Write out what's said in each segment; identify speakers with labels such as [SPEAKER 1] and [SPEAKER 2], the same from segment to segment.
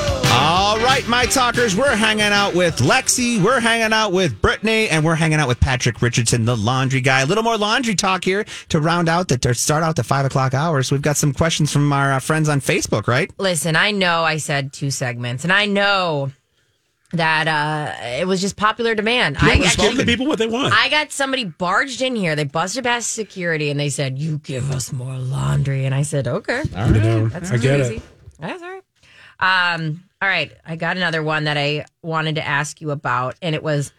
[SPEAKER 1] All right, my talkers, we're hanging out with Lexi, we're hanging out with Brittany, and we're hanging out with Patrick Richardson, the laundry guy. A little more laundry talk here to round out the to start out the five o'clock hours. We've got some questions from our uh, friends on Facebook, right?
[SPEAKER 2] Listen, I know I said two segments, and I know that uh, it was just popular demand. I,
[SPEAKER 3] Just
[SPEAKER 2] actually-
[SPEAKER 3] give the people what they want.
[SPEAKER 2] I got somebody barged in here. They busted past security and they said, "You give us more laundry." And I said, "Okay, all
[SPEAKER 3] You know,
[SPEAKER 2] That's
[SPEAKER 3] I get
[SPEAKER 2] easy.
[SPEAKER 3] it.
[SPEAKER 2] That's all right. Um, all right. I got another one that I wanted to ask you about, and it was,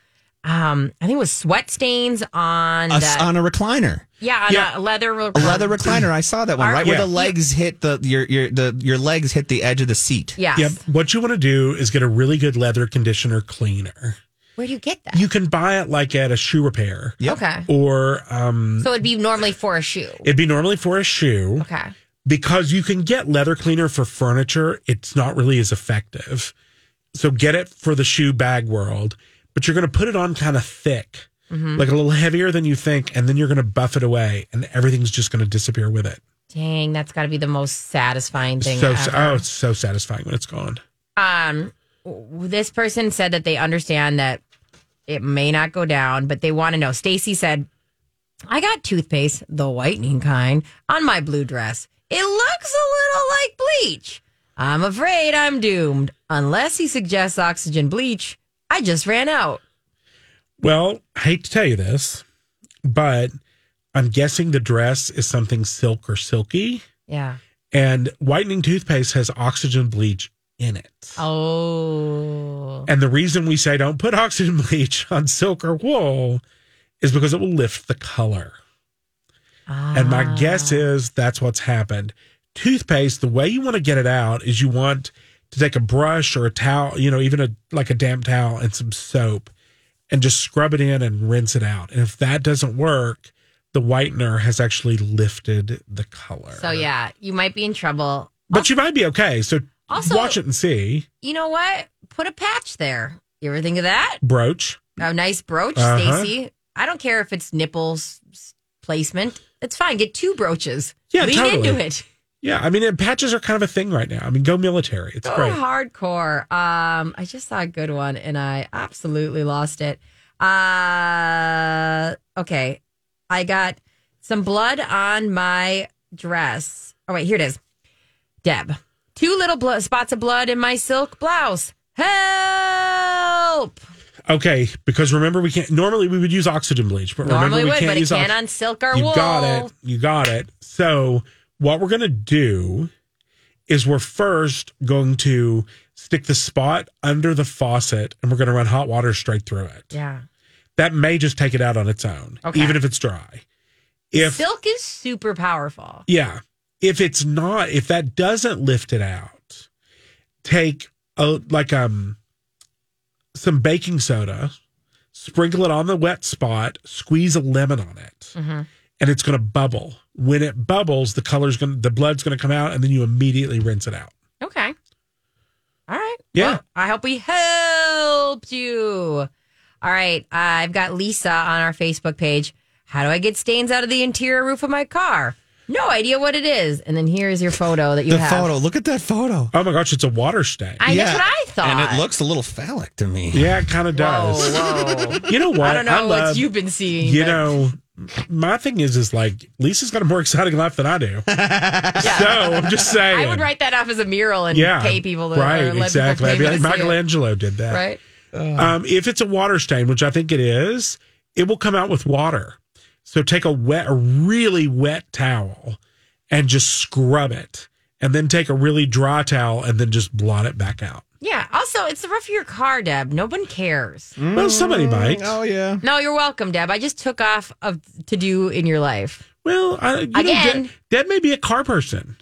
[SPEAKER 2] um, I think it was sweat stains on
[SPEAKER 1] Us
[SPEAKER 2] the,
[SPEAKER 1] on a recliner,
[SPEAKER 2] yeah, on
[SPEAKER 3] Yeah.
[SPEAKER 2] a leather
[SPEAKER 1] a leather recliner. I saw that one,
[SPEAKER 2] Uh-huh. Our-
[SPEAKER 1] right where
[SPEAKER 3] Yeah.
[SPEAKER 1] the legs hit the your your the your legs hit the edge of the seat.
[SPEAKER 2] Yes.
[SPEAKER 3] Yep. What you want to do is get a really good leather conditioner cleaner.
[SPEAKER 2] Where do you get that?
[SPEAKER 3] You can buy it like at a shoe repair
[SPEAKER 1] Yep.
[SPEAKER 2] Okay.
[SPEAKER 3] or um,
[SPEAKER 2] So it'd be normally for a shoe.
[SPEAKER 3] it'd be normally for a shoe
[SPEAKER 2] Okay.
[SPEAKER 3] because you can get leather cleaner for furniture. It's not really as effective. So get it for the shoe bag world, but you're going to put it on kind of thick,
[SPEAKER 2] Mm-hmm.
[SPEAKER 3] like a little heavier than you think, and then you're going to buff it away, and everything's just going to disappear with it.
[SPEAKER 2] Dang, that's got to be the most satisfying thing.
[SPEAKER 3] So
[SPEAKER 2] ever.
[SPEAKER 3] oh, it's so satisfying when it's gone.
[SPEAKER 2] um w- this person said that they understand that it may not go down but they want to know stacy said i got toothpaste the whitening kind on my blue dress it looks a little like bleach i'm afraid i'm doomed unless he suggests oxygen bleach i just ran out
[SPEAKER 3] Well, I hate to tell you this, but I'm guessing the dress is something silk or silky,
[SPEAKER 2] yeah
[SPEAKER 3] and whitening toothpaste has oxygen bleach in it.
[SPEAKER 2] oh
[SPEAKER 3] And the reason we say don't put oxygen bleach on silk or wool is because it will lift the color. And
[SPEAKER 2] Ah.
[SPEAKER 3] my guess is that's what's happened. Toothpaste, the way you want to get it out is you want to take a brush or a towel, you know, even a like a damp towel and some soap and just scrub it in and rinse it out. And if that doesn't work, the whitener has actually lifted the color.
[SPEAKER 2] so yeah you might be in trouble
[SPEAKER 3] But you might be okay. So
[SPEAKER 2] Also-
[SPEAKER 3] watch it and see.
[SPEAKER 2] you know what put a patch there you ever think of that
[SPEAKER 3] Broach.
[SPEAKER 2] A nice brooch,
[SPEAKER 3] Uh-huh.
[SPEAKER 2] Stacy. I don't care if it's nipples s- placement. It's fine. Get two brooches.
[SPEAKER 3] Yeah,
[SPEAKER 2] Lean
[SPEAKER 3] totally.
[SPEAKER 2] into it.
[SPEAKER 3] Yeah, I mean, and patches are kind of a thing right now. I mean, go military. It's
[SPEAKER 2] Go
[SPEAKER 3] great.
[SPEAKER 2] hardcore. Um, I just saw a good one and I absolutely lost it. Uh okay. I got some blood on my dress. Oh wait, here it is. Deb. Two little blo- spots of blood in my silk blouse. Help!
[SPEAKER 3] Okay, because remember we can't. Normally we would use oxygen bleach, but remember
[SPEAKER 2] Normally
[SPEAKER 3] we
[SPEAKER 2] would,
[SPEAKER 3] can't
[SPEAKER 2] but it
[SPEAKER 3] use
[SPEAKER 2] can
[SPEAKER 3] ox-
[SPEAKER 2] on silk or
[SPEAKER 3] You
[SPEAKER 2] wool.
[SPEAKER 3] got it. You got it. So what we're gonna do is we're first going to stick the spot under the faucet, and we're gonna run hot water straight through it.
[SPEAKER 2] Yeah.
[SPEAKER 3] That may just take it out on its own,
[SPEAKER 2] Okay.
[SPEAKER 3] even if it's dry. If
[SPEAKER 2] silk is super powerful.
[SPEAKER 3] Yeah. If it's not, if that doesn't lift it out, take a, like um some baking soda, sprinkle it on the wet spot, squeeze a lemon on it,
[SPEAKER 2] Mm-hmm.
[SPEAKER 3] and it's going to bubble. When it bubbles, the color's going, to the blood's going to come out, and then you immediately rinse it out.
[SPEAKER 2] Okay. All right.
[SPEAKER 3] Yeah.
[SPEAKER 2] Well, I hope we helped you. All right. I've got Lisa on our Facebook page. How do I get stains out of the interior roof of my car? No idea what it is. And then here is your photo that you
[SPEAKER 1] The
[SPEAKER 2] have.
[SPEAKER 1] photo. Look at that photo.
[SPEAKER 3] Oh my gosh, it's a water stain.
[SPEAKER 2] I, That's what I thought.
[SPEAKER 1] And it looks a little phallic to me.
[SPEAKER 3] yeah, it kind of
[SPEAKER 2] Whoa,
[SPEAKER 3] does.
[SPEAKER 2] whoa.
[SPEAKER 3] You know what?
[SPEAKER 2] I don't know what
[SPEAKER 3] love-
[SPEAKER 2] you've been seeing.
[SPEAKER 3] You
[SPEAKER 2] but-
[SPEAKER 3] know, my thing is, is like Lisa's got a more exciting life than I do. So I'm just saying.
[SPEAKER 2] I would write that off as a mural and
[SPEAKER 3] yeah,
[SPEAKER 2] pay people to
[SPEAKER 3] right,
[SPEAKER 2] or let
[SPEAKER 3] exactly. I'd be
[SPEAKER 2] People
[SPEAKER 3] like
[SPEAKER 2] pay me to see it,
[SPEAKER 3] Michelangelo did that.
[SPEAKER 2] right?
[SPEAKER 1] Mm.
[SPEAKER 3] Um, if it's a water stain, which I think it is, it will come out with water. So take a wet, a really wet towel, and just scrub it, and then take a really dry towel and then just blot it back out.
[SPEAKER 2] Yeah. Also, it's the roof of your car, Deb. No one cares.
[SPEAKER 3] Well, somebody might.
[SPEAKER 1] Oh yeah.
[SPEAKER 2] No, you're welcome, Deb. I just took off of to do in your life.
[SPEAKER 3] Well, I, you know,
[SPEAKER 2] Again.
[SPEAKER 3] Deb, Deb may be a car person.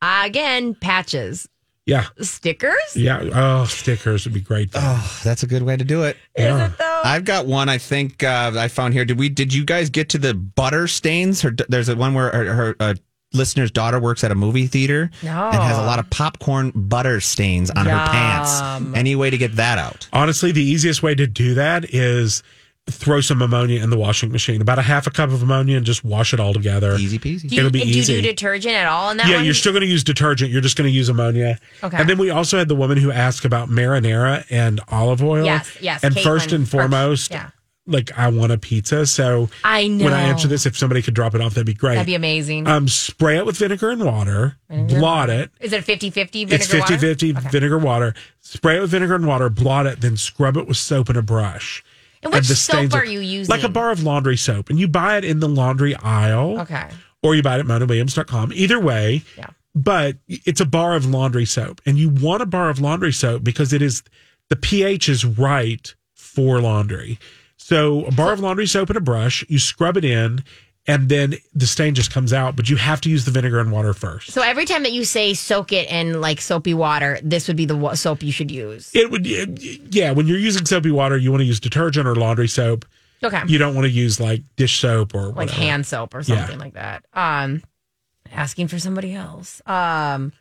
[SPEAKER 2] again, patches,
[SPEAKER 3] Yeah,
[SPEAKER 2] stickers.
[SPEAKER 3] yeah. Oh, stickers would be great. though.
[SPEAKER 1] Oh, that's a good way to do it.
[SPEAKER 3] Yeah.
[SPEAKER 2] Is it though?
[SPEAKER 1] I've got one. I think uh, I found here. Did we? Did you guys get to the butter stains? Her, there's a one where her, her uh, listener's daughter works at a movie theater
[SPEAKER 2] No.
[SPEAKER 1] and has a lot of popcorn butter stains on her
[SPEAKER 2] Yum.
[SPEAKER 1] pants. Any way to get that out?
[SPEAKER 3] Honestly, the easiest way to do that is throw some ammonia in the washing machine, about a half a cup of ammonia, and just wash it all together.
[SPEAKER 1] Easy peasy.
[SPEAKER 2] do you,
[SPEAKER 3] it'll be
[SPEAKER 2] do you
[SPEAKER 3] easy.
[SPEAKER 2] do detergent at all in that
[SPEAKER 3] yeah,
[SPEAKER 2] one?
[SPEAKER 3] you're still going to use detergent. You're just going to use ammonia.
[SPEAKER 2] Okay.
[SPEAKER 3] And then we also had the woman who asked about marinara and olive oil.
[SPEAKER 2] Yes, yes,
[SPEAKER 3] And
[SPEAKER 2] Caitlin
[SPEAKER 3] first and
[SPEAKER 2] first,
[SPEAKER 3] foremost,
[SPEAKER 2] yeah.
[SPEAKER 3] like I want a pizza. So
[SPEAKER 2] I know.
[SPEAKER 3] when I answer this, if somebody could drop it off, that'd be great.
[SPEAKER 2] That'd be amazing.
[SPEAKER 3] um, spray it with vinegar and water, blot it.
[SPEAKER 2] Is it 50 50
[SPEAKER 3] It's 50
[SPEAKER 2] water?
[SPEAKER 3] 50 vinegar water. Spray it with vinegar and water, blot it, then scrub it with soap and a brush.
[SPEAKER 2] And which
[SPEAKER 3] the
[SPEAKER 2] soap
[SPEAKER 3] stains
[SPEAKER 2] are you using?
[SPEAKER 3] Like a bar of laundry soap. And you buy it in the laundry aisle
[SPEAKER 2] Okay.
[SPEAKER 3] or you buy it at monawilliams.com. Either way,
[SPEAKER 2] Yeah.
[SPEAKER 3] but it's a bar of laundry soap. And you want a bar of laundry soap because it is the pH is right for laundry. So a bar of laundry soap and a brush, you scrub it in, and then the stain just comes out, but you have to use the vinegar and water first.
[SPEAKER 2] So every time that you say soak it in like soapy water, this would be the wa- soap you should use.
[SPEAKER 3] It would, yeah, when you're using soapy water, you want to use detergent or laundry soap.
[SPEAKER 2] Okay.
[SPEAKER 3] You don't want to use like dish soap or
[SPEAKER 2] like
[SPEAKER 3] whatever.
[SPEAKER 2] hand soap or
[SPEAKER 3] Yeah.
[SPEAKER 2] something like that. Um, asking for somebody else. Um,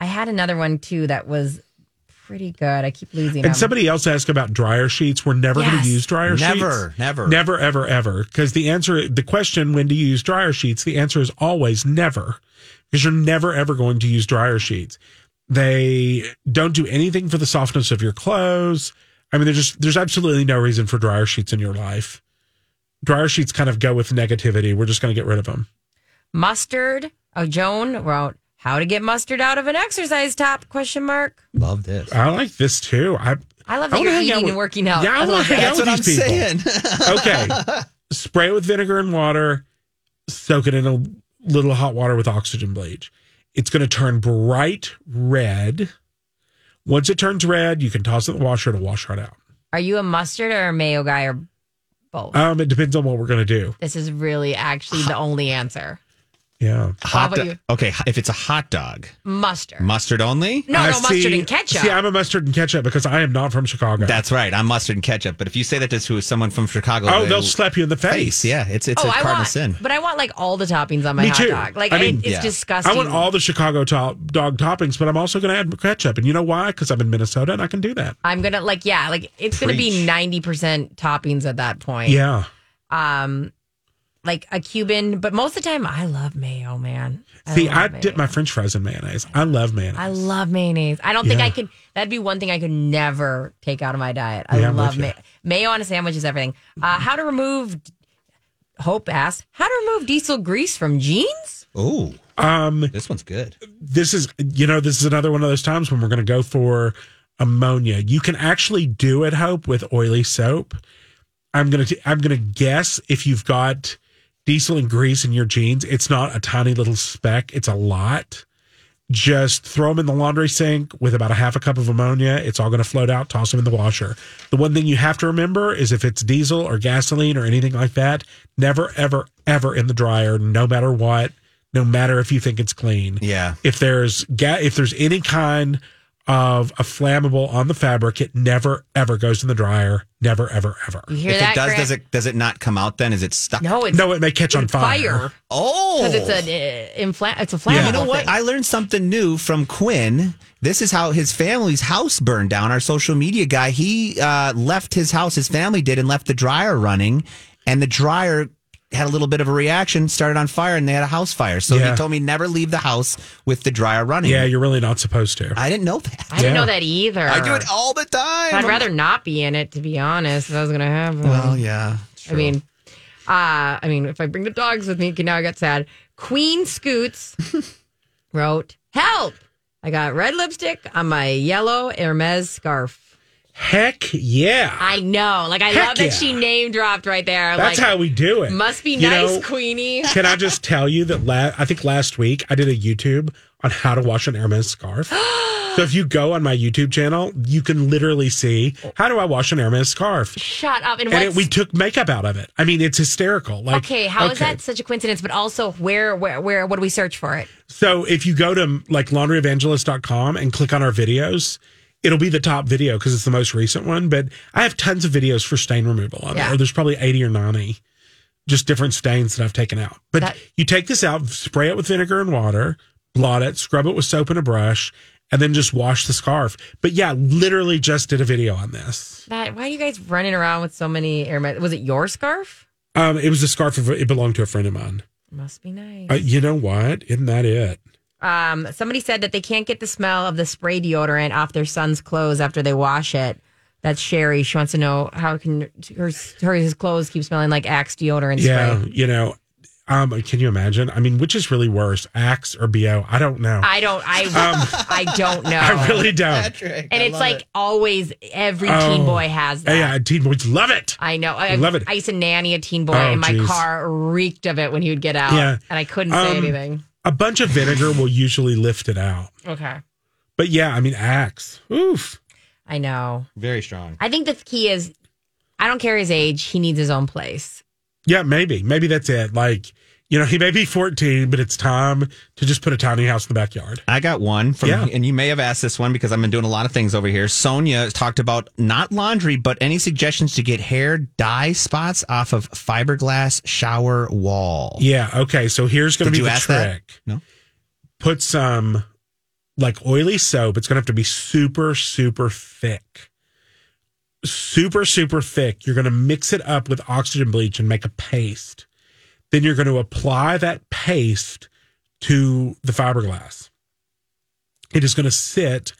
[SPEAKER 2] I had another one too that was pretty good. I keep losing them.
[SPEAKER 3] And somebody else asked about dryer sheets. We're never going
[SPEAKER 2] Yes.
[SPEAKER 3] to use dryer sheets.
[SPEAKER 1] Never, never.
[SPEAKER 3] Never, ever, ever. Because the answer, the question, when do you use dryer sheets? The answer is always never, because you're never, ever going to use dryer sheets. They don't do anything for the softness of your clothes. I mean, there's just, there's absolutely no reason for dryer sheets in your life. Dryer sheets kind of go with negativity. We're just going to get rid of them.
[SPEAKER 2] mustard. Oh, Joan wrote how to get mustard out of an exercise top? Question mark.
[SPEAKER 1] Love this.
[SPEAKER 3] I like this too. I,
[SPEAKER 2] I love that
[SPEAKER 3] wanna
[SPEAKER 2] you're
[SPEAKER 3] hang out
[SPEAKER 2] eating
[SPEAKER 3] with-
[SPEAKER 2] and working out.
[SPEAKER 3] Yeah, I
[SPEAKER 2] I
[SPEAKER 3] wanna
[SPEAKER 2] love
[SPEAKER 3] hang
[SPEAKER 2] that.
[SPEAKER 3] out
[SPEAKER 1] That's
[SPEAKER 3] with
[SPEAKER 1] what I'm
[SPEAKER 3] these people.
[SPEAKER 1] saying.
[SPEAKER 3] okay. Spray it with vinegar and water. Soak it in a little hot water with oxygen bleach. It's going to turn bright red. Once it turns red, you can toss it in the washer to wash it out.
[SPEAKER 2] Are you a mustard or a mayo guy or both?
[SPEAKER 3] Um, it depends on what we're going to do.
[SPEAKER 2] this is really actually the only answer.
[SPEAKER 3] Yeah.
[SPEAKER 2] How
[SPEAKER 1] hot
[SPEAKER 2] about
[SPEAKER 1] do-
[SPEAKER 2] you?
[SPEAKER 1] Okay, if it's a hot dog,
[SPEAKER 2] Mustard.
[SPEAKER 1] mustard only.
[SPEAKER 2] no,
[SPEAKER 3] I
[SPEAKER 2] no, mustard
[SPEAKER 3] see-
[SPEAKER 2] and ketchup.
[SPEAKER 3] See, I'm a mustard and ketchup because I am not from Chicago.
[SPEAKER 1] That's right. I'm mustard and ketchup. But if you say that to someone from Chicago,
[SPEAKER 3] oh, they'll slap you in the face.
[SPEAKER 1] face. Yeah, it's it's
[SPEAKER 2] oh,
[SPEAKER 1] a
[SPEAKER 2] I
[SPEAKER 1] cardinal
[SPEAKER 2] want,
[SPEAKER 1] sin.
[SPEAKER 2] but I want like all the toppings on my
[SPEAKER 3] Me
[SPEAKER 2] hot
[SPEAKER 3] too.
[SPEAKER 2] dog. Like
[SPEAKER 3] I mean,
[SPEAKER 2] it- it's
[SPEAKER 1] yeah.
[SPEAKER 2] disgusting.
[SPEAKER 3] I want all the Chicago top dog toppings, but I'm also going to add ketchup. And you know why? Because I'm in Minnesota and I can do that.
[SPEAKER 2] I'm gonna like yeah, like it's gonna be
[SPEAKER 1] Preach.
[SPEAKER 2] ninety percent toppings at that point.
[SPEAKER 3] Yeah.
[SPEAKER 2] Um, like a Cuban, but most of the time I love mayo, man.
[SPEAKER 3] See,
[SPEAKER 2] love
[SPEAKER 3] I
[SPEAKER 2] mayo.
[SPEAKER 3] dip my French fries in mayonnaise. I love mayonnaise.
[SPEAKER 2] I love mayonnaise. I don't think
[SPEAKER 3] Yeah.
[SPEAKER 2] I could. That'd be one thing I could never take out of my diet. I
[SPEAKER 3] Yeah, I'm
[SPEAKER 2] love
[SPEAKER 3] with
[SPEAKER 2] ma-
[SPEAKER 3] you.
[SPEAKER 2] mayo on a sandwich is everything. Uh, how to remove? Hope asked how to remove diesel grease from jeans.
[SPEAKER 1] Ooh,
[SPEAKER 3] Um,
[SPEAKER 1] this one's good.
[SPEAKER 3] this is you know this is another one of those times when we're going to go for ammonia. You can actually do it, Hope, with oily soap. I'm gonna t- I'm gonna guess if you've got diesel and grease in your jeans, it's not a tiny little speck; it's a lot. Just throw them in the laundry sink with about a half a cup of ammonia. It's all going to float out. Toss them in the washer. The one thing you have to remember is if it's diesel or gasoline or anything like that, never, ever, ever in the dryer, no matter what, no matter if you think it's clean
[SPEAKER 1] Yeah.
[SPEAKER 3] if there's ga- if there's any kind of a flammable on the fabric, it never ever goes in the dryer. Never ever ever.
[SPEAKER 2] You hear
[SPEAKER 1] if
[SPEAKER 2] that?
[SPEAKER 1] it does,
[SPEAKER 2] Grant?
[SPEAKER 1] does it does it not come out? Then is it stuck?
[SPEAKER 2] No, it's
[SPEAKER 3] No, it may catch on fire.
[SPEAKER 2] fire.
[SPEAKER 1] Oh,
[SPEAKER 2] because it's an uh, infla- it's a flammable.
[SPEAKER 3] Yeah.
[SPEAKER 1] You know what?
[SPEAKER 2] thing.
[SPEAKER 1] I learned something new from Quinn. This is how his family's house burned down. Our social media guy, he uh, left his house, his family did, and left the dryer running. And the dryer had a little bit of a reaction, started on fire, and they had a house fire. So
[SPEAKER 3] Yeah.
[SPEAKER 1] he told me never leave the house with the dryer running.
[SPEAKER 3] Yeah, you're really not supposed to.
[SPEAKER 1] I didn't know that.
[SPEAKER 2] I didn't
[SPEAKER 3] Yeah.
[SPEAKER 2] know that either.
[SPEAKER 1] I do it all the time.
[SPEAKER 2] I'd rather not be in it, to be honest. If that was gonna happen.
[SPEAKER 1] Well, Oh, yeah.
[SPEAKER 2] I mean, Uh, I mean, if I bring the dogs with me, okay, now I got sad. Queen Scoots wrote, Help! I got red lipstick on my yellow Hermes scarf.
[SPEAKER 3] Heck yeah.
[SPEAKER 2] I know. Like, I
[SPEAKER 3] Heck
[SPEAKER 2] love
[SPEAKER 3] yeah.
[SPEAKER 2] that she name dropped right there.
[SPEAKER 3] That's
[SPEAKER 2] like,
[SPEAKER 3] how we do it.
[SPEAKER 2] must be
[SPEAKER 3] You
[SPEAKER 2] nice,
[SPEAKER 3] know,
[SPEAKER 2] Queenie.
[SPEAKER 3] Can I just tell you that la- I think last week I did a YouTube on how to wash an Hermes scarf. so if you go on my YouTube channel, you can literally see how do I wash an Hermes scarf.
[SPEAKER 2] Shut up. And,
[SPEAKER 3] And it,
[SPEAKER 2] what's
[SPEAKER 3] we took makeup out of it. I mean, it's hysterical. Like,
[SPEAKER 2] okay, how is that such a coincidence? But also, where, where, where, what do we search for it?
[SPEAKER 3] So if you go to like laundryevangelist.com and click on our videos, it'll be the top video because it's the most recent one. But I have tons of videos for stain removal on
[SPEAKER 2] Yeah.
[SPEAKER 3] there. There's probably 80 or 90 just different stains that I've taken out. But
[SPEAKER 2] That-
[SPEAKER 3] you take this out, spray it with vinegar and water, blot it, scrub it with soap and a brush, and then just wash the scarf. But yeah, literally just did a video on this.
[SPEAKER 2] That, why are you guys running around with so many Hermes? Was it your scarf?
[SPEAKER 3] Um, it was a scarf, of, it belonged to a friend of mine.
[SPEAKER 2] Must be nice.
[SPEAKER 3] Uh, you know what? Isn't that it?
[SPEAKER 2] Um, somebody said that they can't get the smell of the spray deodorant off their son's clothes after they wash it. That's Sherry. She wants to know how can her her his clothes keep smelling like Axe deodorant
[SPEAKER 3] Yeah,
[SPEAKER 2] spray.
[SPEAKER 3] you know, um, can you imagine? I mean, which is really worse, Axe or BO? I don't know. I,
[SPEAKER 2] I don't. I I don't know.
[SPEAKER 3] Um, really don't.
[SPEAKER 1] Patrick,
[SPEAKER 2] and
[SPEAKER 1] I
[SPEAKER 2] it's
[SPEAKER 1] love
[SPEAKER 2] like
[SPEAKER 1] it.
[SPEAKER 2] always every
[SPEAKER 3] Oh.
[SPEAKER 2] teen boy has that.
[SPEAKER 3] Yeah, teen boys love it.
[SPEAKER 2] I know. I
[SPEAKER 3] Love it.
[SPEAKER 2] I used to nanny a teen boy,
[SPEAKER 3] Oh,
[SPEAKER 2] and my
[SPEAKER 3] geez.
[SPEAKER 2] car reeked of it when he would get out.
[SPEAKER 3] Yeah.
[SPEAKER 2] and I couldn't say
[SPEAKER 3] Um,
[SPEAKER 2] anything.
[SPEAKER 3] A bunch of vinegar will usually lift it out.
[SPEAKER 2] Okay,
[SPEAKER 3] But yeah, I mean, Axe. Oof.
[SPEAKER 2] I know.
[SPEAKER 1] Very strong.
[SPEAKER 2] I think the key is, I don't care his age. He needs his own place.
[SPEAKER 3] Yeah, maybe. Maybe that's it. Like, you know, he may be 14, but it's time to just put a tiny house in the backyard.
[SPEAKER 1] I got one from,
[SPEAKER 3] Yeah.
[SPEAKER 1] and you may have asked this one because I've been doing a lot of things over here. Sonia talked about not laundry, but any suggestions to get hair dye spots off of fiberglass shower wall.
[SPEAKER 3] Yeah. Okay. So here's going to be
[SPEAKER 1] Did you
[SPEAKER 3] the
[SPEAKER 1] ask that?
[SPEAKER 3] trick.
[SPEAKER 1] No.
[SPEAKER 3] Put some like oily soap. It's going to have to be super, super thick. Super, super thick. You're going to mix it up with oxygen bleach and make a paste. Then you're going to apply that paste to the fiberglass. It is going to sit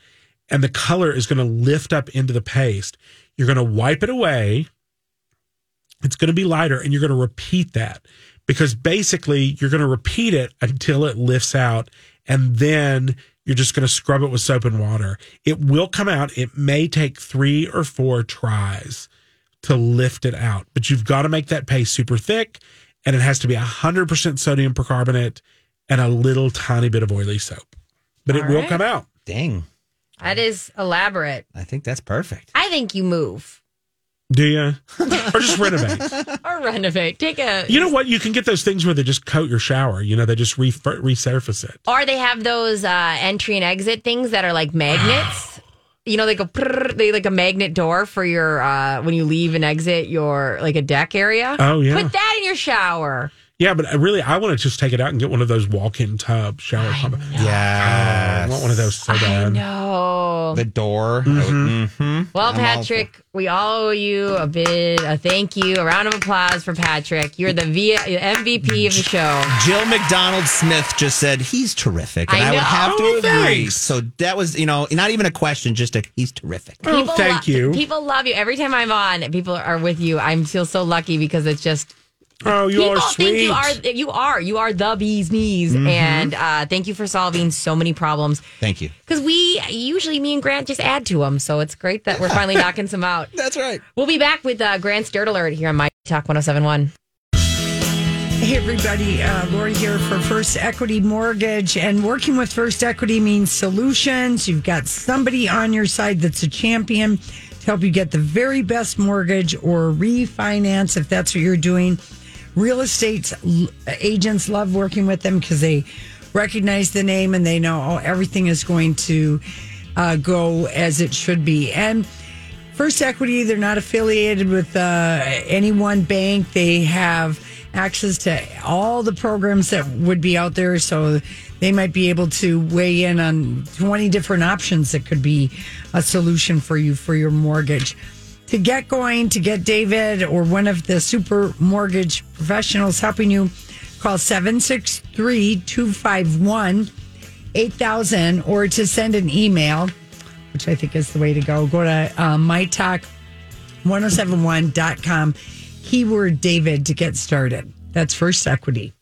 [SPEAKER 3] and the color is going to lift up into the paste. You're going to wipe it away. It's going to be lighter and you're going to repeat that because basically you're going to repeat it until it lifts out and then you're just going to scrub it with soap and water. It will come out. It may take three or four tries to lift it out, but you've got to make that paste super thick and it has to be 100% sodium percarbonate and a little tiny bit of oily soap, but it
[SPEAKER 2] All
[SPEAKER 3] will
[SPEAKER 2] right.
[SPEAKER 3] come out.
[SPEAKER 1] Dang,
[SPEAKER 2] That is elaborate.
[SPEAKER 1] I think that's perfect.
[SPEAKER 2] I think you move
[SPEAKER 3] Do you? or just renovate.
[SPEAKER 2] or renovate. Take a.
[SPEAKER 3] You know what? You can get those things where they just coat your shower. You know, they just re- resurface it.
[SPEAKER 2] or they have those uh, entry and exit things that are like magnets. you know, they go. prrr, They like a magnet door for your uh, when you leave and exit your like a deck area.
[SPEAKER 3] Oh, yeah.
[SPEAKER 2] Put that in your shower.
[SPEAKER 3] Yeah, but I really, I want to just take it out and get one of those walk-in tub shower. I, I
[SPEAKER 1] Yeah,
[SPEAKER 3] want one of those so bad.
[SPEAKER 2] No.
[SPEAKER 1] The door. hmm
[SPEAKER 2] Well,
[SPEAKER 1] I'm all
[SPEAKER 2] Patrick, we all owe you a bit a thank you, a round of applause for Patrick. You're the v- MVP of the show.
[SPEAKER 1] Jill McDonald Smith just said he's terrific, and
[SPEAKER 2] I
[SPEAKER 1] I, would
[SPEAKER 2] know.
[SPEAKER 1] have to
[SPEAKER 3] Oh,
[SPEAKER 1] agree.
[SPEAKER 3] thanks.
[SPEAKER 1] So that was, you know, not even a question, just a he's terrific.
[SPEAKER 3] Oh, thank
[SPEAKER 2] lo-
[SPEAKER 3] you.
[SPEAKER 2] People love you. Every time I'm on, people are with you. I feel so lucky because it's just
[SPEAKER 3] oh, you
[SPEAKER 2] people
[SPEAKER 3] are
[SPEAKER 2] think
[SPEAKER 3] sweet.
[SPEAKER 2] you are you are you are the bee's knees.
[SPEAKER 1] Mm-hmm.
[SPEAKER 2] And uh, thank you for solving so many problems
[SPEAKER 1] Thank you.
[SPEAKER 2] because we usually me and Grant just add to them. So it's great that we're finally knocking some out.
[SPEAKER 1] That's right.
[SPEAKER 2] We'll be back with uh, Grant's Dirt Alert here on My Talk 1071.
[SPEAKER 4] Hey, everybody. Uh, Lori here for First Equity Mortgage. And working with First Equity means solutions. You've got somebody on your side that's a champion to help you get the very best mortgage or refinance if that's what you're doing. Real estate l- agents love working with them because they recognize the name and they know oh, everything is going to uh, go as it should be. And First Equity, they're not affiliated with uh, any one bank. They have access to all the programs that would be out there. So they might be able to weigh in on 20 different options that could be a solution for you for your mortgage. To get going, to get David or one of the super mortgage professionals helping you, call 763 251 8000 or to send an email which I oh think is the way to go. Go to uh, mytalk1071.com. he were David to get started. That's First Equity.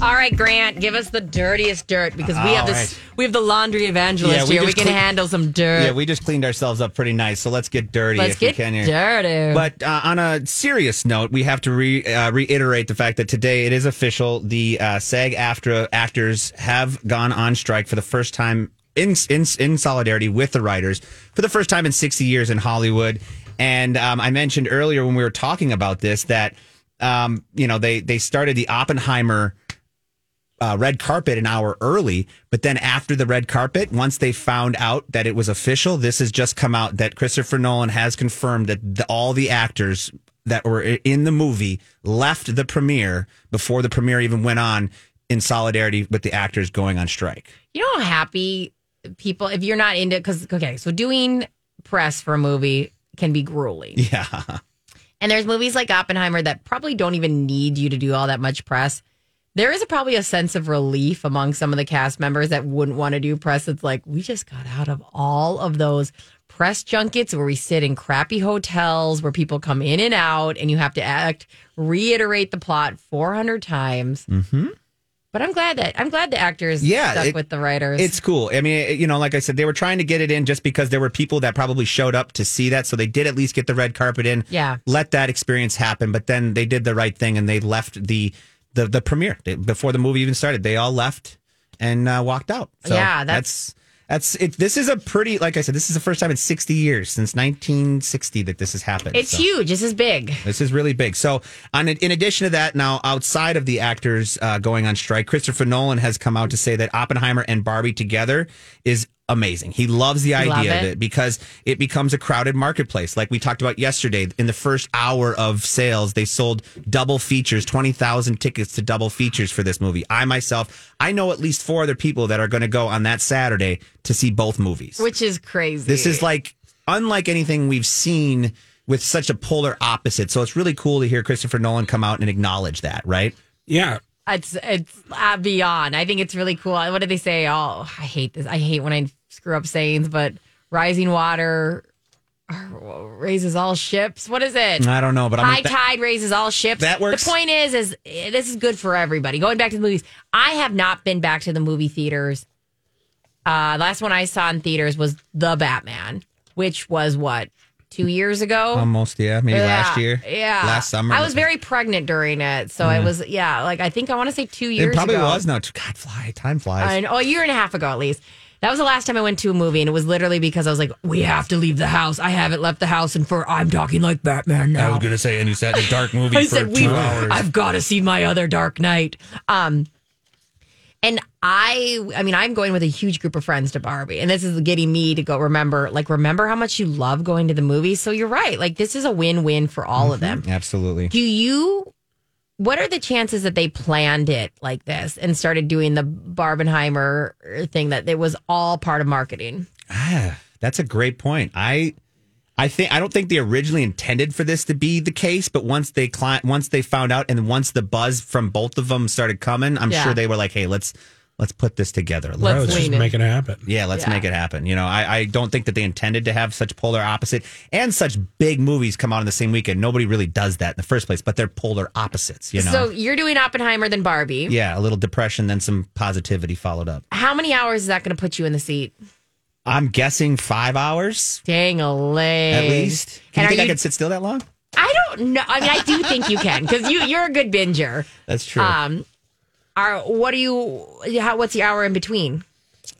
[SPEAKER 2] All right, Grant, give us the dirtiest dirt because we have
[SPEAKER 1] All
[SPEAKER 2] this.
[SPEAKER 1] right.
[SPEAKER 2] We have the laundry evangelist
[SPEAKER 1] Yeah, we
[SPEAKER 2] here. We
[SPEAKER 1] just
[SPEAKER 2] can
[SPEAKER 1] clean-
[SPEAKER 2] handle some dirt.
[SPEAKER 1] Yeah, we just cleaned ourselves up pretty nice, so let's get dirty
[SPEAKER 2] Let's
[SPEAKER 1] if
[SPEAKER 2] get
[SPEAKER 1] we can here.
[SPEAKER 2] dirty.
[SPEAKER 1] But uh, on a serious note, we have to re- uh, reiterate the fact that today it is official. The uh, SAG AFTRA actors have gone on strike for the first time in, in, in solidarity with the writers for the first time in 60 years in Hollywood. And um, I mentioned earlier when we were talking about this that, um, you know, they, they started the Oppenheimer uh, red carpet an hour early. But then after the red carpet, once they found out that it was official, this has just come out that Christopher Nolan has confirmed that the, all the actors that were i- in the movie left the premiere before the premiere even went on in solidarity with the actors going on strike.
[SPEAKER 2] you know how happy people if you're not into because okay so doing press for a movie can be grueling
[SPEAKER 1] Yeah.
[SPEAKER 2] and there's movies like oppenheimer that probably don't even need you to do all that much press there is probably a sense of relief among some of the cast members that wouldn't want to do press it's like we just got out of all of those press junkets where we sit in crappy hotels where people come in and out and you have to act reiterate the plot 400 times
[SPEAKER 1] Mm-hmm.
[SPEAKER 2] but i'm glad that i'm glad the actors
[SPEAKER 1] Yeah,
[SPEAKER 2] stuck
[SPEAKER 1] it-
[SPEAKER 2] with the writers
[SPEAKER 1] It's cool. I mean, it- you know, like I said, they were trying to get it in just because there were people that probably showed up to see that. So they did at least get the red carpet in.
[SPEAKER 2] Yeah.
[SPEAKER 1] Let that experience happen. But then they did the right thing and they left the the, the premiere They- before the movie even started. They all left and uh, walked out. So
[SPEAKER 2] Yeah,
[SPEAKER 1] that's. That's it. This is a pretty, like I said, this is the first time in 60 years since 1960 that this has happened.
[SPEAKER 2] It's
[SPEAKER 1] So-
[SPEAKER 2] huge. This is big.
[SPEAKER 1] this is really big. So, on, in addition to that, now outside of the actors uh, going on strike, Christopher Nolan has come out to say that Oppenheimer and Barbie together is amazing. He loves the
[SPEAKER 2] Love
[SPEAKER 1] idea
[SPEAKER 2] it.
[SPEAKER 1] of it because it becomes a crowded marketplace. Like we talked about yesterday, in the first hour of sales, they sold double features, 20,000 tickets to double features for this movie. I myself, I know at least four other people that are going to go on that Saturday to see both movies.
[SPEAKER 2] Which is crazy.
[SPEAKER 1] This is like unlike anything we've seen with such a polar opposite. So it's really cool to hear Christopher Nolan come out and acknowledge that, right?
[SPEAKER 3] Yeah.
[SPEAKER 2] it's it's uh, beyond. I think it's really cool. What did they say? Oh, I hate this. I hate when I screw up sayings. But rising water uh, raises all ships. What is it?
[SPEAKER 1] I don't know, but
[SPEAKER 2] High
[SPEAKER 1] I'm that-
[SPEAKER 2] tide raises all ships.
[SPEAKER 1] That works.
[SPEAKER 2] The point is, is eh, this is good for everybody. Going back to the movies, I have not been back to the movie theaters. Uh, last one I saw in theaters was The Batman, which was what two years ago.
[SPEAKER 1] almost yeah, maybe last
[SPEAKER 2] Yeah,
[SPEAKER 1] year,
[SPEAKER 2] Yeah.
[SPEAKER 1] last summer.
[SPEAKER 2] I was very pregnant during it. So I was, yeah, like I think I want to say two years
[SPEAKER 1] Mm-hmm. It probably
[SPEAKER 2] ago.
[SPEAKER 1] was not. God, fly time flies.
[SPEAKER 2] I know, a year and a half ago at least. That was the last time I went to a movie, and it was literally because I was like, "We have to leave the house. I haven't left the house, and for I'm talking like Batman now."
[SPEAKER 1] gonna say, and you sat in a dark movie
[SPEAKER 2] I said, we, I've got to see my other Dark Knight. Um, and I, I mean, I'm going with a huge group of friends to Barbie, and this is getting me to go. Remember, like, remember how much you love going to the movies. So you're right. Like, this is a win-win for all
[SPEAKER 1] Mm-hmm.
[SPEAKER 2] of them.
[SPEAKER 1] Absolutely.
[SPEAKER 2] Do you? What are the chances that they planned it like this and started doing the Barbenheimer thing that it was all part of marketing?
[SPEAKER 1] Ah, that's a great point. I I think I don't think they originally intended for this to be the case, but once they cli- once they found out and once the buzz from both of them started coming, I'm
[SPEAKER 2] Yeah.
[SPEAKER 1] sure they were like, "Hey, let's let's put this together.
[SPEAKER 3] Let's, Let's just
[SPEAKER 2] lean in.
[SPEAKER 3] make it happen.
[SPEAKER 1] Yeah, let's
[SPEAKER 2] Yeah.
[SPEAKER 1] make it happen. You know, I, I don't think that they intended to have such polar opposite and such big movies come out in the same weekend. Nobody really does that in the first place, but they're polar opposites, you know?
[SPEAKER 2] So you're doing Oppenheimer than Barbie.
[SPEAKER 1] yeah, a little depression, then some positivity followed up.
[SPEAKER 2] How many hours is that going to put you in the seat?
[SPEAKER 1] I'm guessing five hours
[SPEAKER 2] Dang a leg.
[SPEAKER 1] at least. Can you
[SPEAKER 2] and
[SPEAKER 1] think
[SPEAKER 2] are
[SPEAKER 1] I
[SPEAKER 2] you?
[SPEAKER 1] could sit still that long?
[SPEAKER 2] I don't know. I mean, I do think you can because you you're a good binger.
[SPEAKER 1] That's true.
[SPEAKER 2] Um, are what are you? How, what's the hour in between?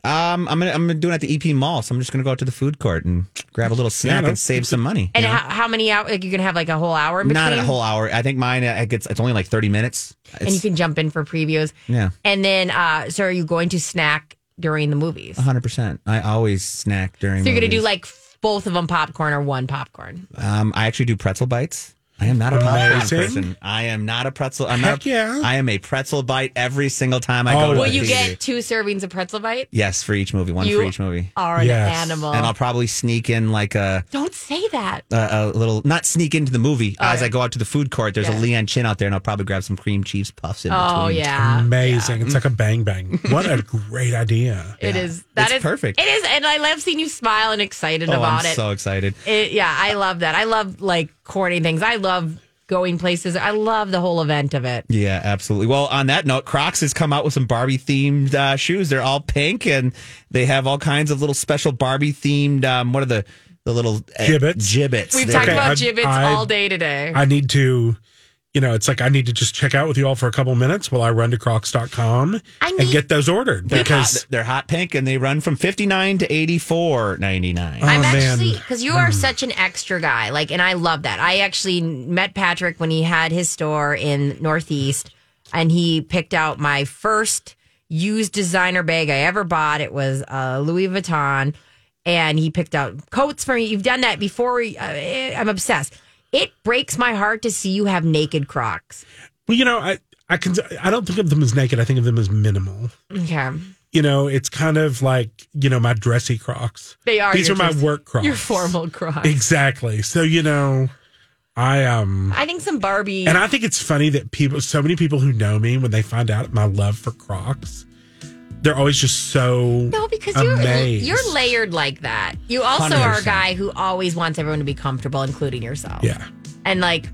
[SPEAKER 1] Um, I'm gonna I'm gonna do it at the EP Mall, so I'm just gonna go out to the food court and grab a little snack
[SPEAKER 3] no.
[SPEAKER 1] and save some money.
[SPEAKER 2] And
[SPEAKER 1] you know?
[SPEAKER 2] how, how many hours? Like you're gonna have like a whole hour in between.
[SPEAKER 1] not a whole hour. I think mine uh, it gets it's only like 30 minutes.
[SPEAKER 2] And you
[SPEAKER 1] It's
[SPEAKER 2] can jump in for previews.
[SPEAKER 1] Yeah.
[SPEAKER 2] And then, uh, so are you going to snack during the movies?
[SPEAKER 1] 100. percent I always snack during.
[SPEAKER 2] So you're gonna do
[SPEAKER 1] Uh-huh. movies.
[SPEAKER 2] like f- both of them popcorn or one popcorn.
[SPEAKER 1] Um, I actually do pretzel bites. I am
[SPEAKER 2] Oh,
[SPEAKER 1] not a popcorn
[SPEAKER 3] Amazing.
[SPEAKER 1] person. I am not a pretzel. I'm
[SPEAKER 3] Heck
[SPEAKER 1] not.
[SPEAKER 3] yeah.
[SPEAKER 1] I am a pretzel bite every single time I
[SPEAKER 3] Oh,
[SPEAKER 1] go. To
[SPEAKER 3] Will
[SPEAKER 2] Will
[SPEAKER 1] the
[SPEAKER 2] you
[SPEAKER 1] theater.
[SPEAKER 2] get two servings of pretzel bite?
[SPEAKER 1] Yes, for each movie, one
[SPEAKER 2] You
[SPEAKER 1] for each movie,
[SPEAKER 2] Are an
[SPEAKER 3] Yes.
[SPEAKER 2] animal.
[SPEAKER 1] and I'll probably sneak in like a.
[SPEAKER 2] Don't say that.
[SPEAKER 1] uh, A, a little, not sneak into the movie as
[SPEAKER 2] Oh, yeah.
[SPEAKER 1] I go out to the food court. There's
[SPEAKER 2] Yeah.
[SPEAKER 1] a Leon Chin out there, and I'll probably grab some cream cheese puffs in between.
[SPEAKER 2] Oh yeah.
[SPEAKER 3] Amazing. It's like a bang bang. What a great idea.
[SPEAKER 2] It
[SPEAKER 1] Yeah.
[SPEAKER 2] is. That is
[SPEAKER 1] It's perfect.
[SPEAKER 2] It is, and I love seeing you smile and excited
[SPEAKER 1] Oh,
[SPEAKER 2] about
[SPEAKER 1] I'm
[SPEAKER 2] it.
[SPEAKER 1] so excited.
[SPEAKER 2] it. Yeah, I love that. I love like corny things. I love going places. I love the whole event of it.
[SPEAKER 1] Yeah, absolutely. Well, on that note, Crocs has come out with some Barbie themed uh, shoes. They're all pink and they have all kinds of little special Barbie themed. Um, what are the the little uh,
[SPEAKER 3] Gibbets.
[SPEAKER 1] Gibbets.
[SPEAKER 2] We've
[SPEAKER 1] They're-
[SPEAKER 2] talked
[SPEAKER 3] Okay,
[SPEAKER 2] about
[SPEAKER 3] I-
[SPEAKER 2] gibbets
[SPEAKER 3] I-
[SPEAKER 2] all day today.
[SPEAKER 3] I need to, you know, it's like I need to just check out with you all for a couple minutes while I run to crocs.com
[SPEAKER 2] I
[SPEAKER 3] and
[SPEAKER 2] need-
[SPEAKER 3] get those ordered
[SPEAKER 1] they're hot,
[SPEAKER 3] because
[SPEAKER 1] they're hot pink and they run from fifty nine to eighty four ninety nine.
[SPEAKER 3] Oh,
[SPEAKER 2] I'm
[SPEAKER 3] man. Mm-hmm.
[SPEAKER 2] actually because you are such an extra guy, like, and I love that. I actually met Patrick when he had his store in Northeast, and he picked out my first used designer bag I ever bought. It was uh, Louis Vuitton, and he picked out coats for me. You've done that before. Uh, I'm obsessed. It breaks my heart to see you have naked Crocs.
[SPEAKER 3] well, you know, I I can I don't think of them as naked. I think of them as minimal.
[SPEAKER 2] Okay,
[SPEAKER 3] You know, it's kind of like you know my dressy Crocs.
[SPEAKER 2] they are.
[SPEAKER 3] These
[SPEAKER 2] your
[SPEAKER 3] are my
[SPEAKER 2] dress-
[SPEAKER 3] work Crocs.
[SPEAKER 2] Your formal Crocs.
[SPEAKER 3] Exactly. So you know, I um
[SPEAKER 2] I think some Barbie.
[SPEAKER 3] and I think it's funny that people, so many people who know me, when they find out my love for Crocs, they're always just so
[SPEAKER 2] No, because
[SPEAKER 3] amazed.
[SPEAKER 2] you're you're layered like that. You also are a
[SPEAKER 3] 100%.
[SPEAKER 2] guy who always wants everyone to be comfortable, including yourself.
[SPEAKER 3] Yeah.
[SPEAKER 2] And like,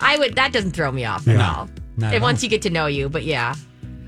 [SPEAKER 2] I would that doesn't throw me off at
[SPEAKER 3] No,
[SPEAKER 2] all.
[SPEAKER 1] not
[SPEAKER 2] and
[SPEAKER 1] at
[SPEAKER 2] once you get to know you, but yeah.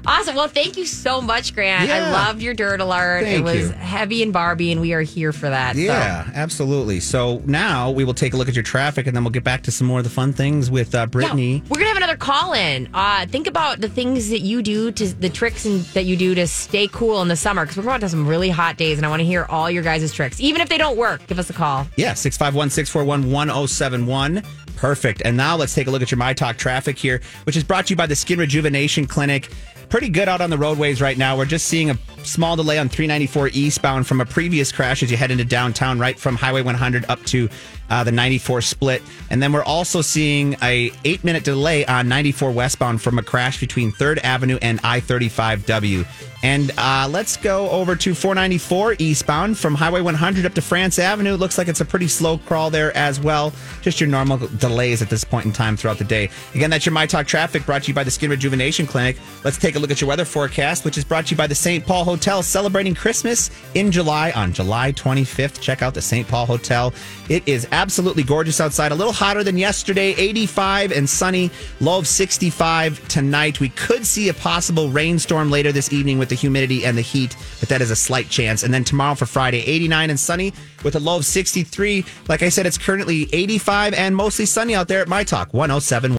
[SPEAKER 2] Awesome. Well, thank you so much, Grant. I
[SPEAKER 1] Yeah.
[SPEAKER 2] loved your dirt alert. it
[SPEAKER 1] Thank
[SPEAKER 2] was
[SPEAKER 1] you.
[SPEAKER 2] heavy and Barbie, and we are here for that. so-
[SPEAKER 1] Yeah, absolutely. So now we will take a look at your traffic and then we'll get back to some more of the fun things with uh,
[SPEAKER 2] Yeah.
[SPEAKER 1] Brittany.
[SPEAKER 2] We're gonna have another call in. Uh, think about the things that you do to the tricks and that you do to stay cool in the summer because we're going to have some really hot days, and I want to hear all your guys' tricks, even if they don't work. Give us a call.
[SPEAKER 1] Yeah, 651 641 1071. Perfect. And now let's take a look at your My Talk traffic here, which is brought to you by the Skin Rejuvenation Clinic. Pretty good out on the roadways right now. We're just seeing a small delay on 394 eastbound from a previous crash as you head into downtown, right from Highway 100 up to uh, the 94 split. And then we're also seeing a eight minute delay on 94 westbound from a crash between 3rd Avenue and I 35W. And uh, let's go over to 494 eastbound from Highway 100 up to France Avenue. It looks like it's a pretty slow crawl there as well. Just your normal delays at this point in time throughout the day. Again, that's your My Talk traffic brought to you by the Skin Rejuvenation Clinic. Let's take a look at your weather forecast, which is brought to you by the St. Paul Hotel celebrating Christmas in July on July 25th. Check out the St. Paul Hotel. It is absolutely gorgeous outside, a little hotter than yesterday, 85 and sunny, low of 65 tonight. We could see a possible rainstorm later this evening with the humidity and the heat, but that is a slight chance. And then tomorrow for Friday, 89 and sunny with a low of 63. Like I said, it's currently 85 and mostly sunny out there at My Talk 1071.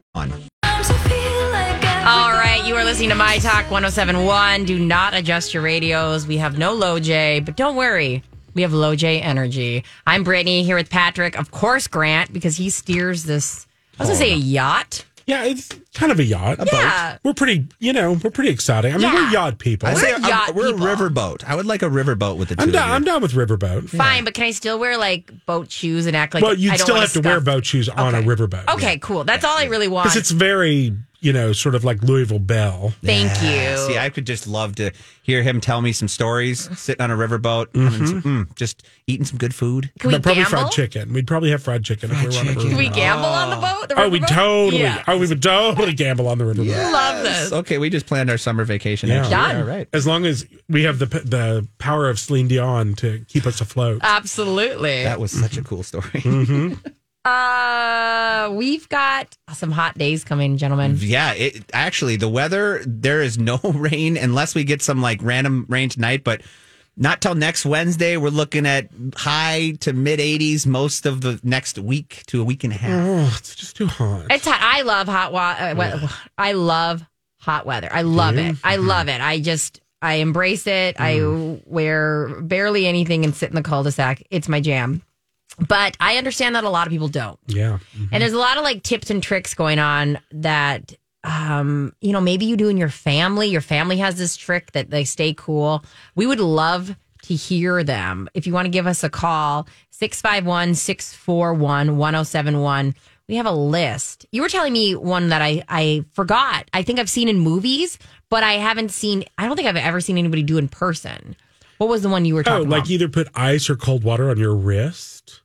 [SPEAKER 2] All right, you are listening to My Talk 1071. Do not adjust your radios. We have no low J, but don't worry. We have low J energy. I'm Brittany here with Patrick. Of course, Grant, because he steers this, I was going to
[SPEAKER 3] Oh.
[SPEAKER 2] say a yacht.
[SPEAKER 3] Yeah, it's kind of a yacht. A
[SPEAKER 2] Yeah.
[SPEAKER 3] We're pretty, you know, we're pretty exciting. I mean,
[SPEAKER 2] Yeah.
[SPEAKER 3] we're yacht people.
[SPEAKER 1] I
[SPEAKER 2] We're
[SPEAKER 1] say I'm-
[SPEAKER 2] yacht
[SPEAKER 1] we're
[SPEAKER 2] people.
[SPEAKER 1] a riverboat. I would like a riverboat with the 2
[SPEAKER 3] I'm
[SPEAKER 1] of you.
[SPEAKER 3] down. I'm down with riverboat.
[SPEAKER 2] Fine, but can I still wear like boat shoes and act like
[SPEAKER 3] well, you'd
[SPEAKER 2] I don't
[SPEAKER 3] still
[SPEAKER 2] wanna
[SPEAKER 3] have to wear
[SPEAKER 2] scuff-
[SPEAKER 3] boat shoes on a riverboat.
[SPEAKER 2] Okay, cool. That's all I really want.
[SPEAKER 3] Because it's very you know, sort of like Louisville Bell.
[SPEAKER 2] Thank
[SPEAKER 1] Yeah.
[SPEAKER 2] you.
[SPEAKER 1] See, I could just love to hear him tell me some stories, sitting on a riverboat, having some- mm, just eating some good food.
[SPEAKER 2] Can we
[SPEAKER 3] But probably
[SPEAKER 2] gamble?
[SPEAKER 3] fried chicken. We'd probably have fried chicken if we were on a river.
[SPEAKER 2] Can we
[SPEAKER 3] boat.
[SPEAKER 2] gamble on the boat? The
[SPEAKER 3] Oh, we
[SPEAKER 2] riverboat?
[SPEAKER 3] totally.
[SPEAKER 2] Yeah.
[SPEAKER 3] Oh, we would totally gamble on the river. boat.
[SPEAKER 2] Love this.
[SPEAKER 1] Okay, we just planned our summer vacation.
[SPEAKER 3] Yeah.
[SPEAKER 1] actually.
[SPEAKER 2] Done.
[SPEAKER 1] All right.
[SPEAKER 3] As long as we have the p- the power of Celine Dion to keep us afloat.
[SPEAKER 2] Uh, Absolutely.
[SPEAKER 1] That was such a cool story.
[SPEAKER 2] Uh, we've got some hot days coming, gentlemen.
[SPEAKER 1] Yeah, it actually the weather there is no rain unless we get some like random rain tonight, but not till next Wednesday. We're looking at high to mid 80s most of the next week to a week and a half.
[SPEAKER 3] oh, it's just too hot.
[SPEAKER 2] It's hot. I love hot water. I love hot weather. I love it. I love it. I just I embrace it. I wear barely anything and sit in the cul-de-sac. It's my jam. But I understand that a lot of people don't.
[SPEAKER 3] yeah.
[SPEAKER 2] And there's a lot of like tips and tricks going on that um you know maybe you do in your family. Your family has this trick that they stay cool. We would love to hear them. If you want to give us a call 651-641-1071. We have a list. You were telling me one that I I forgot. I think I've seen in movies, but I haven't seen I don't think I've ever seen anybody do in person. What was the one you were
[SPEAKER 3] Oh,
[SPEAKER 2] talking
[SPEAKER 3] like
[SPEAKER 2] about?
[SPEAKER 3] either put ice or cold water on your wrist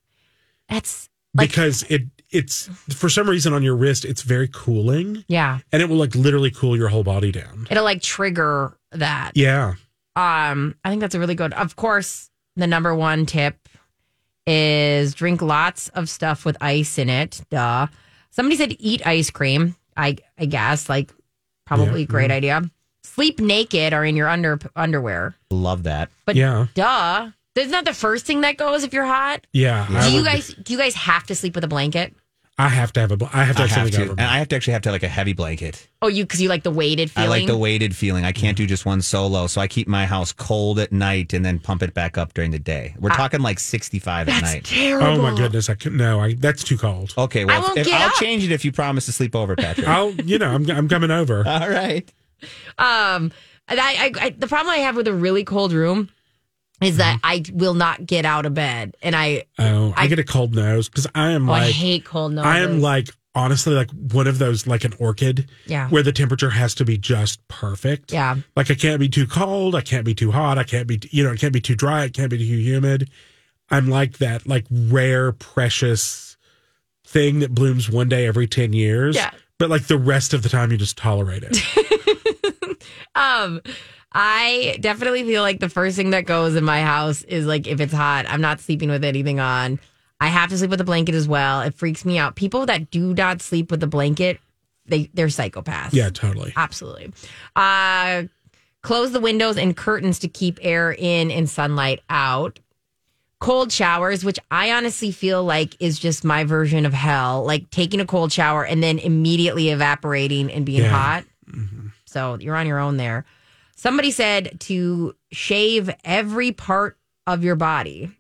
[SPEAKER 2] That's like
[SPEAKER 3] because it it's for some reason on your wrist it's very cooling
[SPEAKER 2] yeah.
[SPEAKER 3] and it will like literally cool your whole body down.
[SPEAKER 2] It'll like trigger that.
[SPEAKER 3] Yeah.
[SPEAKER 2] um i think that's a really good of course the number one tip is drink lots of stuff with ice in it duh somebody said eat ice cream i i guess like probably
[SPEAKER 3] Yeah,
[SPEAKER 2] great idea sleep naked or in your under underwear
[SPEAKER 1] Love that.
[SPEAKER 2] but
[SPEAKER 3] Yeah.
[SPEAKER 2] duh isn't that the first thing that goes if you're hot
[SPEAKER 3] Yeah. I,
[SPEAKER 2] do you
[SPEAKER 3] would-
[SPEAKER 2] guys do you guys have to sleep with a blanket
[SPEAKER 3] I have to have a bl- I have to
[SPEAKER 1] I
[SPEAKER 3] have something
[SPEAKER 1] have to,
[SPEAKER 3] over
[SPEAKER 1] and I have to actually have to have like a heavy blanket.
[SPEAKER 2] oh you because you like the weighted feeling
[SPEAKER 1] I like the weighted feeling. I can't
[SPEAKER 2] Mm.
[SPEAKER 1] do just one solo, so I keep my house cold at night and then pump it back up during the day. We're talking like 65 at night.
[SPEAKER 2] terrible
[SPEAKER 3] Oh my goodness, I could no, I that's too cold.
[SPEAKER 1] Okay,
[SPEAKER 2] I
[SPEAKER 1] well,
[SPEAKER 2] won't
[SPEAKER 1] if,
[SPEAKER 2] get
[SPEAKER 1] I'll
[SPEAKER 2] up.
[SPEAKER 1] change it if you promise to sleep over, Patrick.
[SPEAKER 3] I'll you know, I'm I'm coming over.
[SPEAKER 1] All right.
[SPEAKER 2] Um, and I, I, I the problem I have with a really cold room is that
[SPEAKER 3] Mm-hmm.
[SPEAKER 2] I will not get out of bed, and I,
[SPEAKER 3] Oh, I,
[SPEAKER 2] I-
[SPEAKER 3] get a cold nose because I am
[SPEAKER 2] oh,
[SPEAKER 3] like
[SPEAKER 2] I hate cold noises.
[SPEAKER 3] I am like honestly like one of those like an orchid
[SPEAKER 2] Yeah.
[SPEAKER 3] where the temperature has to be just perfect.
[SPEAKER 2] Yeah.
[SPEAKER 3] Like I can't be too cold, I can't be too hot, I can't be t- you know, I can't be too dry, I can't be too humid. I'm like that like rare precious thing that blooms one day every 10 years.
[SPEAKER 2] Yeah.
[SPEAKER 3] But like the rest of the time you just tolerate it.
[SPEAKER 2] um, I definitely feel like the first thing that goes in my house is like if it's hot, I'm not sleeping with anything on. I have to sleep with a blanket as well. It freaks me out. People that do not sleep with a blanket, they they're psychopaths.
[SPEAKER 3] yeah, totally.
[SPEAKER 2] absolutely. Uh, close the windows and curtains to keep air in and sunlight out. Cold showers, which I honestly feel like is just my version of hell, like taking a cold shower and then immediately evaporating and being
[SPEAKER 3] Yeah.
[SPEAKER 2] hot. So you're on your own there. Somebody said to shave every part of your body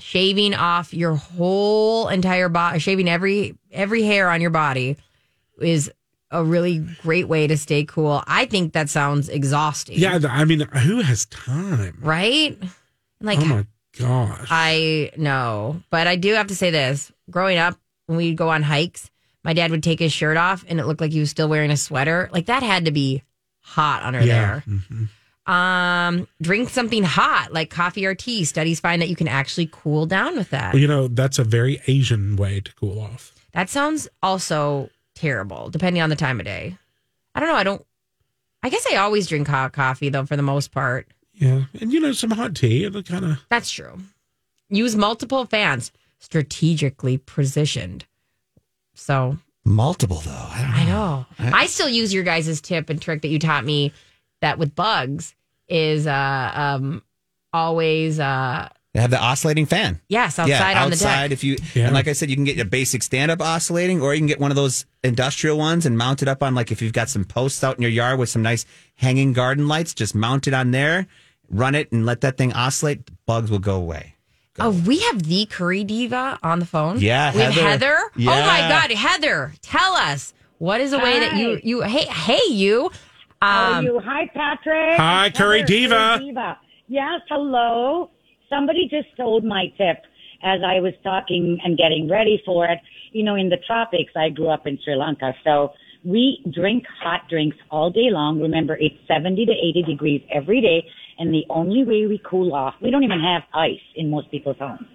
[SPEAKER 2] shaving off your whole entire body, shaving every every hair on your body is a really great way to stay cool. I think that sounds exhausting.
[SPEAKER 3] Yeah, th- I mean, who has time?
[SPEAKER 2] Right? Like
[SPEAKER 3] oh my gosh.
[SPEAKER 2] I know, but I do have to say this. Growing up, when we'd go on hikes, my dad would take his shirt off and it looked like he was still wearing a sweater. Like that had to be hot under
[SPEAKER 3] yeah. Mm-hmm.
[SPEAKER 2] there. Um, drink something hot like coffee or tea. Studies find that you can actually cool down with that.
[SPEAKER 3] Well, you know, that's a very Asian way to cool off.
[SPEAKER 2] That sounds also terrible, depending on the time of day. I don't know. I don't. I guess I always drink hot coffee though, for the most part.
[SPEAKER 3] Yeah. And you know, some hot tea, it'll kind of
[SPEAKER 2] That's true. Use multiple fans, strategically positioned. So
[SPEAKER 1] Multiple though. I don't
[SPEAKER 2] I know. I still use your guys' tip and trick that you taught me that with bugs is uh um always uh
[SPEAKER 1] They have the oscillating fan.
[SPEAKER 2] yes outside
[SPEAKER 1] yeah,
[SPEAKER 2] on
[SPEAKER 1] outside
[SPEAKER 2] the deck.
[SPEAKER 1] if you
[SPEAKER 3] Yeah.
[SPEAKER 1] and like I said, you can get a basic stand up oscillating, or you can get one of those industrial ones and mount it up on like if you've got some posts out in your yard with some nice hanging garden lights, just mount it on there, run it, and let that thing oscillate. The bugs will go away.
[SPEAKER 2] Oh, we have the curry diva on the phone.
[SPEAKER 1] Yeah,
[SPEAKER 2] we have
[SPEAKER 1] Heather.
[SPEAKER 2] Heather. Oh my
[SPEAKER 1] Yeah.
[SPEAKER 2] God, Heather, tell us what is a way that you you hey hey you. Um,
[SPEAKER 5] you? Hi, Patrick.
[SPEAKER 3] Hi,
[SPEAKER 5] It's
[SPEAKER 3] Curry
[SPEAKER 5] Heather,
[SPEAKER 3] Diva.
[SPEAKER 5] Curry Diva. Yes, hello. Somebody just stole my tip as I was talking and getting ready for it. You know, in the tropics, I grew up in Sri Lanka, so We drink hot drinks all day long. Remember, it's 70 to 80 degrees every day. And the only way we cool off, we don't even have ice in most people's homes.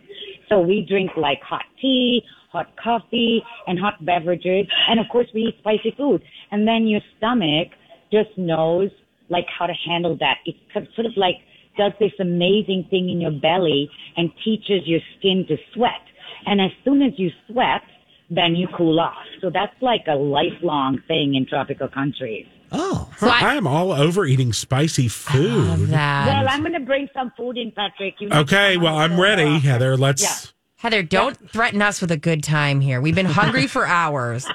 [SPEAKER 5] So we drink like hot tea, hot coffee, and hot beverages. And of course, we eat spicy food. And then your stomach just knows like how to handle that. It sort of like does this amazing thing in your belly and teaches your skin to sweat. And as soon as you sweat, then you cool off. So that's like a lifelong thing in tropical countries.
[SPEAKER 1] Oh,
[SPEAKER 3] I, am all over eating spicy food.
[SPEAKER 5] Well, I'm going to bring some food in, Patrick. You know-
[SPEAKER 3] Okay, well, I'm ready, Heather. Let's.
[SPEAKER 2] Heather, don't threaten us with a good time here. We've been hungry for hours.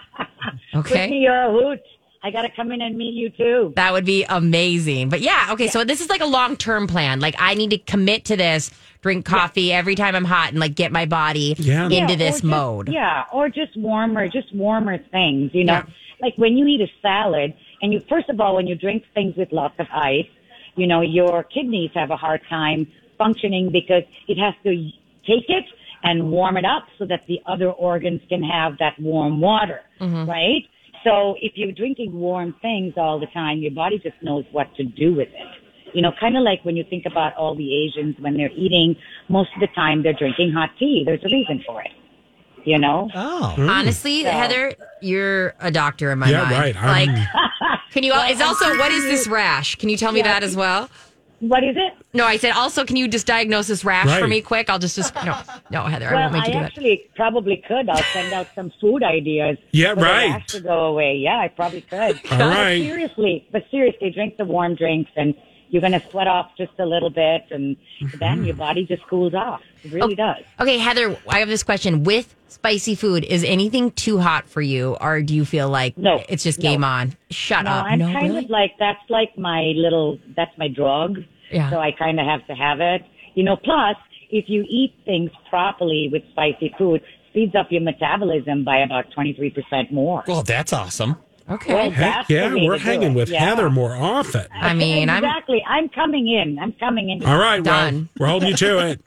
[SPEAKER 2] Okay.
[SPEAKER 5] Whitney, you're a hoot. I got to come in and meet you too.
[SPEAKER 2] That would be amazing. But yeah, okay, so this is like a long term plan. Like, I need to commit to this, drink coffee every time I'm hot, and like get my body into
[SPEAKER 5] Yeah, or
[SPEAKER 2] this
[SPEAKER 5] just-
[SPEAKER 2] mode.
[SPEAKER 5] Yeah, or just warmer, just warmer things, you know. Like when you eat a salad and you first of all when you drink things with lots of ice, you know, your kidneys have a hard time functioning because it has to take it and warm it up so that the other organs can have that warm water,
[SPEAKER 2] Mm-hmm.
[SPEAKER 5] right? So if you're drinking warm things all the time, your body just knows what to do with it. You know, kind of like when you think about all the Asians when they're eating, most of the time they're drinking hot tea. There's a reason for it you know?
[SPEAKER 1] Oh.
[SPEAKER 2] Honestly, Heather, you're a doctor in my
[SPEAKER 3] Yeah,
[SPEAKER 2] mind.
[SPEAKER 3] right.
[SPEAKER 2] Like,
[SPEAKER 3] I'm-
[SPEAKER 2] can you? It's also what is this rash? Can you tell me that as well?
[SPEAKER 5] What is it?
[SPEAKER 2] No, I said also. Can you just diagnose this rash for
[SPEAKER 3] Right.
[SPEAKER 2] me, quick? I'll just just no, no, Heather, I
[SPEAKER 5] well,
[SPEAKER 2] won't make you do it.
[SPEAKER 5] actually probably could. I'll send out some food ideas.
[SPEAKER 3] Yeah,
[SPEAKER 5] for the
[SPEAKER 3] right.
[SPEAKER 5] rash to go away. Yeah, I probably could.
[SPEAKER 3] All
[SPEAKER 5] But
[SPEAKER 3] right.
[SPEAKER 5] seriously, but seriously, drink the warm drinks and you're going to sweat off just a little bit and
[SPEAKER 3] Mm-hmm.
[SPEAKER 5] then your body just cools off. It really
[SPEAKER 2] Oh,
[SPEAKER 5] does.
[SPEAKER 2] Okay, Heather, I have this question. With spicy food, is anything too hot for you, or do you feel like
[SPEAKER 5] No,
[SPEAKER 2] it's just
[SPEAKER 5] no.
[SPEAKER 2] game on? Shut
[SPEAKER 5] No,
[SPEAKER 2] up.
[SPEAKER 5] I'm
[SPEAKER 2] uh, no,
[SPEAKER 5] kind
[SPEAKER 2] really?
[SPEAKER 5] of like that's like my little that's my drug.
[SPEAKER 2] Yeah.
[SPEAKER 5] So I kind of have to have it. You know, plus if you eat things properly with spicy food, speeds up your metabolism by about 23% more.
[SPEAKER 1] Well, that's awesome.
[SPEAKER 2] okay.
[SPEAKER 5] Well,
[SPEAKER 3] Heck
[SPEAKER 5] that's the
[SPEAKER 3] yeah,
[SPEAKER 5] way
[SPEAKER 3] we're
[SPEAKER 5] to do
[SPEAKER 3] hanging
[SPEAKER 5] it.
[SPEAKER 3] with
[SPEAKER 5] Yeah.
[SPEAKER 3] Heather more often.
[SPEAKER 2] I mean, I'm
[SPEAKER 5] exactly. I'm coming in. I'm coming in.
[SPEAKER 3] All right,
[SPEAKER 2] Done.
[SPEAKER 3] well, we're holding you to it.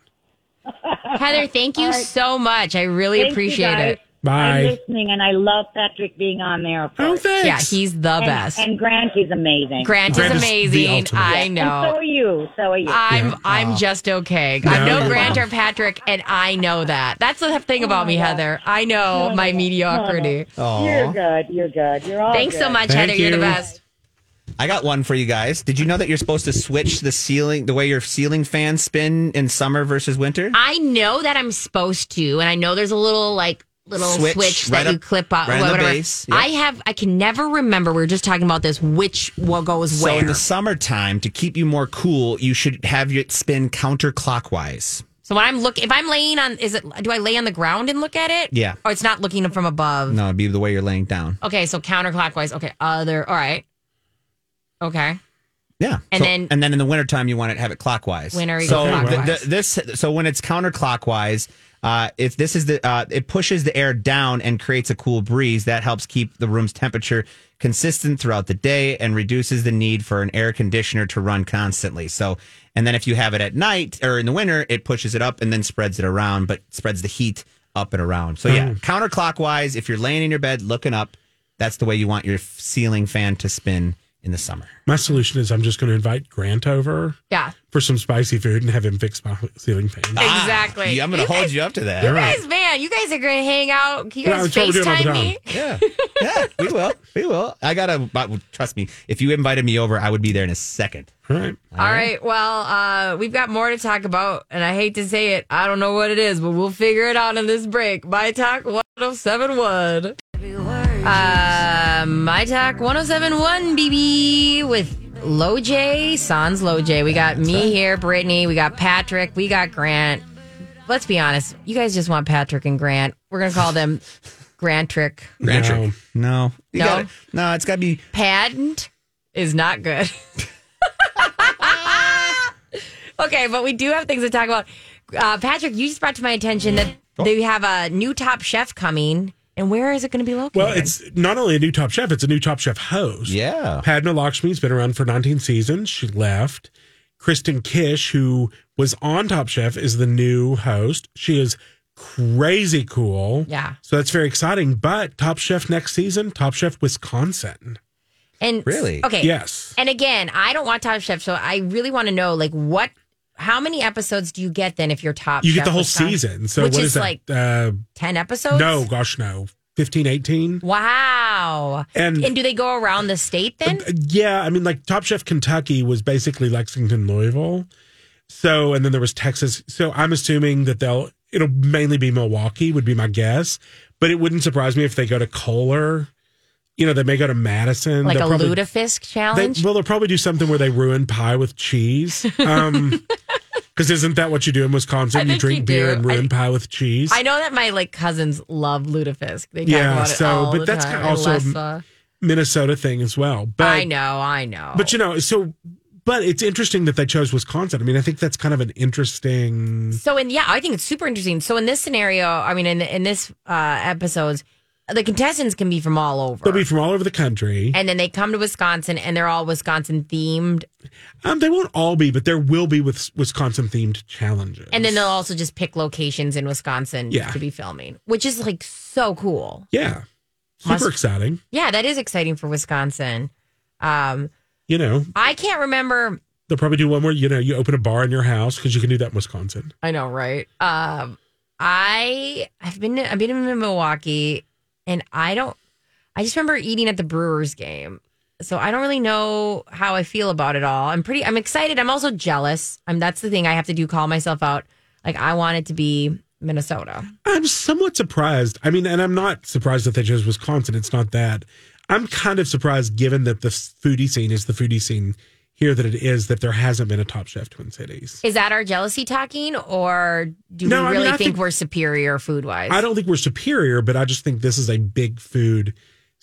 [SPEAKER 2] Heather. Thank you so much. I really
[SPEAKER 5] Thank you,
[SPEAKER 2] appreciate
[SPEAKER 5] guys.
[SPEAKER 2] it.
[SPEAKER 5] I'm
[SPEAKER 3] Bye.
[SPEAKER 5] listening, and I love Patrick being on there. of
[SPEAKER 3] Oh,
[SPEAKER 5] course.
[SPEAKER 3] thanks.
[SPEAKER 2] Yeah, he's the
[SPEAKER 5] and,
[SPEAKER 2] best.
[SPEAKER 5] And Grant is amazing.
[SPEAKER 2] Grant,
[SPEAKER 3] Grant
[SPEAKER 2] is
[SPEAKER 3] is the
[SPEAKER 2] amazing.
[SPEAKER 3] ultimate.
[SPEAKER 2] I
[SPEAKER 5] And so
[SPEAKER 2] know.
[SPEAKER 5] are you. So are you.
[SPEAKER 2] I'm
[SPEAKER 1] Oh.
[SPEAKER 2] I'm just okay.
[SPEAKER 3] No,
[SPEAKER 2] I'm no
[SPEAKER 3] you're
[SPEAKER 2] Grant
[SPEAKER 3] not.
[SPEAKER 2] or Patrick, and I know that. That's the thing about me, Heather. I know my mediocrity.
[SPEAKER 5] you're good. You're good. You're all.
[SPEAKER 2] Thanks so
[SPEAKER 5] good.
[SPEAKER 2] much,
[SPEAKER 3] Thank
[SPEAKER 2] Heather. You're the
[SPEAKER 3] you.
[SPEAKER 2] best.
[SPEAKER 1] I got one for you guys. Did you know that you're supposed to switch the ceiling, the way your ceiling fans spin in summer versus winter?
[SPEAKER 2] I know that I'm supposed to, and I know there's a little like little switch,
[SPEAKER 1] Switch
[SPEAKER 2] that
[SPEAKER 1] right up-
[SPEAKER 2] you clip up,
[SPEAKER 1] right on the
[SPEAKER 2] whatever.
[SPEAKER 1] base, yep.
[SPEAKER 2] I have. I can never remember. We were just talking about this. Which what goes
[SPEAKER 1] So
[SPEAKER 2] where?
[SPEAKER 1] in the summertime, to keep you more cool, you should have it spin counterclockwise.
[SPEAKER 2] so when I'm look, if I'm laying on, is it? Do I lay on the ground and look at it?
[SPEAKER 1] Yeah.
[SPEAKER 2] Or it's not looking from above.
[SPEAKER 1] No, it'd be the way you're laying down.
[SPEAKER 2] Okay, so counterclockwise. Okay, other. All right. Okay.
[SPEAKER 1] Yeah.
[SPEAKER 2] And
[SPEAKER 1] So-
[SPEAKER 2] then-
[SPEAKER 1] and then in the wintertime you want to have it clockwise.
[SPEAKER 2] Winter
[SPEAKER 1] so
[SPEAKER 2] equals
[SPEAKER 1] th-
[SPEAKER 2] clockwise.
[SPEAKER 1] th- this so when it's counterclockwise, uh, if this is the uh, it pushes the air down and creates a cool breeze that helps keep the room's temperature consistent throughout the day and reduces the need for an air conditioner to run constantly. So and then if you have it at night or in the winter, it pushes it up and then spreads it around, but spreads the heat up and around. So yeah, counterclockwise. If you're laying in your bed looking up, that's the way you want your f- ceiling fan to spin in the summer.
[SPEAKER 3] My solution is I'm just going to invite Grant over
[SPEAKER 2] Yeah.
[SPEAKER 3] for some spicy food and have him fix my ceiling fan.
[SPEAKER 2] Exactly.
[SPEAKER 1] Ah, yeah, I'm going
[SPEAKER 2] You
[SPEAKER 1] to hold
[SPEAKER 2] guys-
[SPEAKER 1] you up to that.
[SPEAKER 2] You guys, man, you guys are gonna hang out. Can you
[SPEAKER 3] Yeah,
[SPEAKER 2] guys
[SPEAKER 3] that's what we're doing all the
[SPEAKER 2] FaceTime
[SPEAKER 3] time.
[SPEAKER 2] me?
[SPEAKER 1] Yeah. Yeah, we will. We will. I got to, but trust me, if you invited me over, I would be there in a second.
[SPEAKER 3] All right.
[SPEAKER 2] All right. Well, uh, we've got more to talk about, and I hate to say it, I don't know what it is, but we'll figure it out in this break. My Talk 1071. Uh, My Talk 1071, BB, with Loj, Sans Loj. We got me here, Brittany. We got Patrick. We got Grant. Let's be honest. You guys just want Patrick and Grant. We're going to call them Grantrick.
[SPEAKER 3] No.
[SPEAKER 1] No. You
[SPEAKER 2] No?
[SPEAKER 1] gotta- no, it's got to be,
[SPEAKER 2] patent is not good. okay, but we do have things to talk about. Uh, Patrick, you just brought to my attention that
[SPEAKER 3] Oh.
[SPEAKER 2] they have a new top chef coming. And where is it going to be located?
[SPEAKER 3] Well, it's not only a new Top Chef, it's a new Top Chef host.
[SPEAKER 1] yeah.
[SPEAKER 3] Padma Lakshmi's been around for 19 seasons. She left. Kristen Kish, who was on Top Chef, is the new host. She is crazy cool.
[SPEAKER 2] Yeah.
[SPEAKER 3] So that's very exciting. But Top Chef next season, Top Chef Wisconsin.
[SPEAKER 2] And
[SPEAKER 3] Really?
[SPEAKER 2] okay,
[SPEAKER 3] Yes.
[SPEAKER 2] And again, I don't want Top Chef, so I really want to know like what, how many episodes do you get then if you're Top?
[SPEAKER 3] You
[SPEAKER 2] Chef
[SPEAKER 3] get the whole
[SPEAKER 2] Wisconsin?
[SPEAKER 3] season. So
[SPEAKER 2] which
[SPEAKER 3] what
[SPEAKER 2] is
[SPEAKER 3] is that?
[SPEAKER 2] like
[SPEAKER 3] uh,
[SPEAKER 2] ten episodes.
[SPEAKER 3] no, gosh, no. 15, 18?
[SPEAKER 2] Wow.
[SPEAKER 3] And- Uh,
[SPEAKER 2] do they go around the state then?
[SPEAKER 3] Yeah, I mean, like Top Chef Kentucky was basically Lexington, Louisville. So, and then there was Texas. So, I'm assuming that they'll it'll mainly be Milwaukee would be my guess, but it wouldn't surprise me if they go to Kohler. You know, they may go to Madison,
[SPEAKER 2] like a
[SPEAKER 3] They'll probably-
[SPEAKER 2] lutefisk
[SPEAKER 3] They,
[SPEAKER 2] challenge?
[SPEAKER 3] well, they'll probably do something where they ruin pie with cheese. Um, because isn't that what you do in Wisconsin? You
[SPEAKER 2] think
[SPEAKER 3] drink
[SPEAKER 2] you
[SPEAKER 3] beer
[SPEAKER 2] do.
[SPEAKER 3] and ruin pie with cheese.
[SPEAKER 2] I know that my like cousins love lutefisk. They talk
[SPEAKER 3] Yeah,
[SPEAKER 2] about it
[SPEAKER 3] so,
[SPEAKER 2] all
[SPEAKER 3] but
[SPEAKER 2] the
[SPEAKER 3] that's
[SPEAKER 2] time.
[SPEAKER 3] kinda also-
[SPEAKER 2] Unless, uh,
[SPEAKER 3] Minnesota thing as well. But
[SPEAKER 2] I know, I know.
[SPEAKER 3] But you know, so but it's interesting that they chose Wisconsin. I mean, I think that's kind of an interesting.
[SPEAKER 2] So in yeah, I think it's super interesting. So in this scenario, I mean, in in this uh, episodes, the contestants can be from all over,
[SPEAKER 3] They'll be from all over the country.
[SPEAKER 2] and then they come to Wisconsin, and they're all Wisconsin themed,
[SPEAKER 3] Um, they won't all be, but there will be with Wisconsin themed challenges.
[SPEAKER 2] and then they'll also just pick locations in Wisconsin
[SPEAKER 3] Yeah.
[SPEAKER 2] to be filming, which is like so cool.
[SPEAKER 3] yeah, super
[SPEAKER 2] Must-
[SPEAKER 3] exciting.
[SPEAKER 2] Yeah, that is exciting for Wisconsin. Um,
[SPEAKER 3] You know,
[SPEAKER 2] I can't remember.
[SPEAKER 3] they'll probably do one where you know you open a bar in your house because you can do that in Wisconsin.
[SPEAKER 2] I know, right? Um, I I've been I've been in Milwaukee, and I don't. I just remember eating at the Brewers game, so I don't really know how I feel about it all. I'm pretty. I'm excited. I'm also jealous. I'm. That's the thing I have to do. Call myself out. Like I want it to be Minnesota.
[SPEAKER 3] I'm somewhat surprised. I mean, and I'm not surprised that they chose Wisconsin. It's not that. I'm kind of surprised, given that the foodie scene is the foodie scene here that it is, that there hasn't been a Top Chef Twin Cities.
[SPEAKER 2] Is that our jealousy talking, or do
[SPEAKER 3] No, I mean,
[SPEAKER 2] we really
[SPEAKER 3] I
[SPEAKER 2] think,
[SPEAKER 3] think-
[SPEAKER 2] we're superior food wise?
[SPEAKER 3] I don't think we're superior, but I just think this is a big food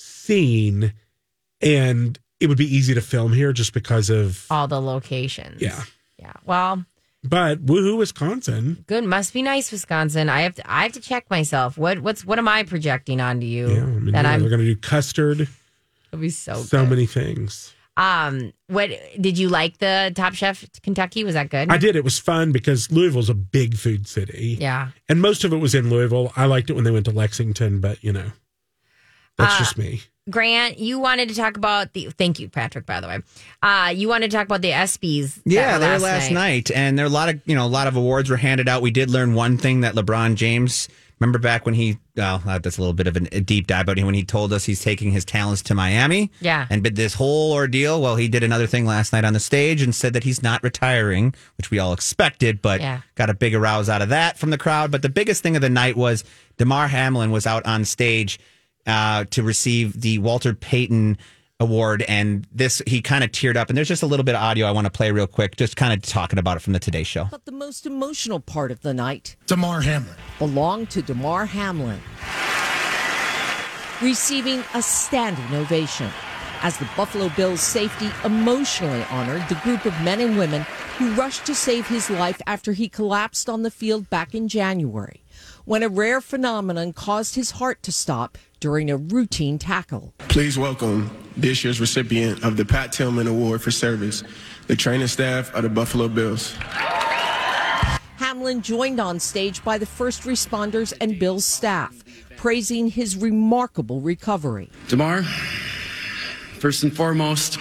[SPEAKER 3] scene, and it would be easy to film here just because of
[SPEAKER 2] all the locations.
[SPEAKER 3] yeah.
[SPEAKER 2] Yeah. Well,
[SPEAKER 3] But woohoo, Wisconsin!
[SPEAKER 2] good. Must be nice, Wisconsin. I have to. I have to check myself. What what's what am I projecting onto you
[SPEAKER 3] Yeah, I mean,
[SPEAKER 2] that
[SPEAKER 3] yeah,
[SPEAKER 2] I'm?
[SPEAKER 3] they're going to do custard,
[SPEAKER 2] It'll be so.
[SPEAKER 3] so
[SPEAKER 2] good.
[SPEAKER 3] many things.
[SPEAKER 2] Um, what did you like the Top Chef Kentucky? Was that good?
[SPEAKER 3] I did. It was fun because Louisville's a big food city,
[SPEAKER 2] Yeah.
[SPEAKER 3] and most of it was in Louisville. I liked it when they went to Lexington, but you know, that's
[SPEAKER 2] Uh,
[SPEAKER 3] just me.
[SPEAKER 2] Grant, you wanted to talk about the. Thank you, Patrick. By the way, uh, you wanted to talk about the ESPYS. that
[SPEAKER 1] Yeah,
[SPEAKER 2] were
[SPEAKER 1] they were last night. and there are a lot of you know a lot of awards were handed out. We did learn one thing that LeBron James. Remember back when he, well, uh, that's a little bit of an, a deep dive, but when he told us he's taking his talents to Miami,
[SPEAKER 2] Yeah.
[SPEAKER 1] and did this whole ordeal. Well, he did another thing last night on the stage and said that he's not retiring, which we all expected, but
[SPEAKER 2] Yeah.
[SPEAKER 1] got a big arouse out of that from the crowd. But the biggest thing of the night was Damar Hamlin was out on stage uh, to receive the Walter Payton Award, and this he kind of teared up. And there's just a little bit of audio I want to play real quick, just kind of talking about it from the Today Show.
[SPEAKER 6] But the most emotional part of the night
[SPEAKER 7] Damar Hamlin.
[SPEAKER 6] belonged to Damar Hamlin, receiving a standing ovation as the Buffalo Bills safety emotionally honored the group of men and women who rushed to save his life after he collapsed on the field back in January when a rare phenomenon caused his heart to stop during a routine tackle.
[SPEAKER 8] Please welcome this year's recipient of the Pat Tillman Award for Service, the training staff of the Buffalo Bills.
[SPEAKER 6] Hamlin joined on stage by the first responders and Bill's staff, praising his remarkable recovery.
[SPEAKER 9] Damar, first and foremost,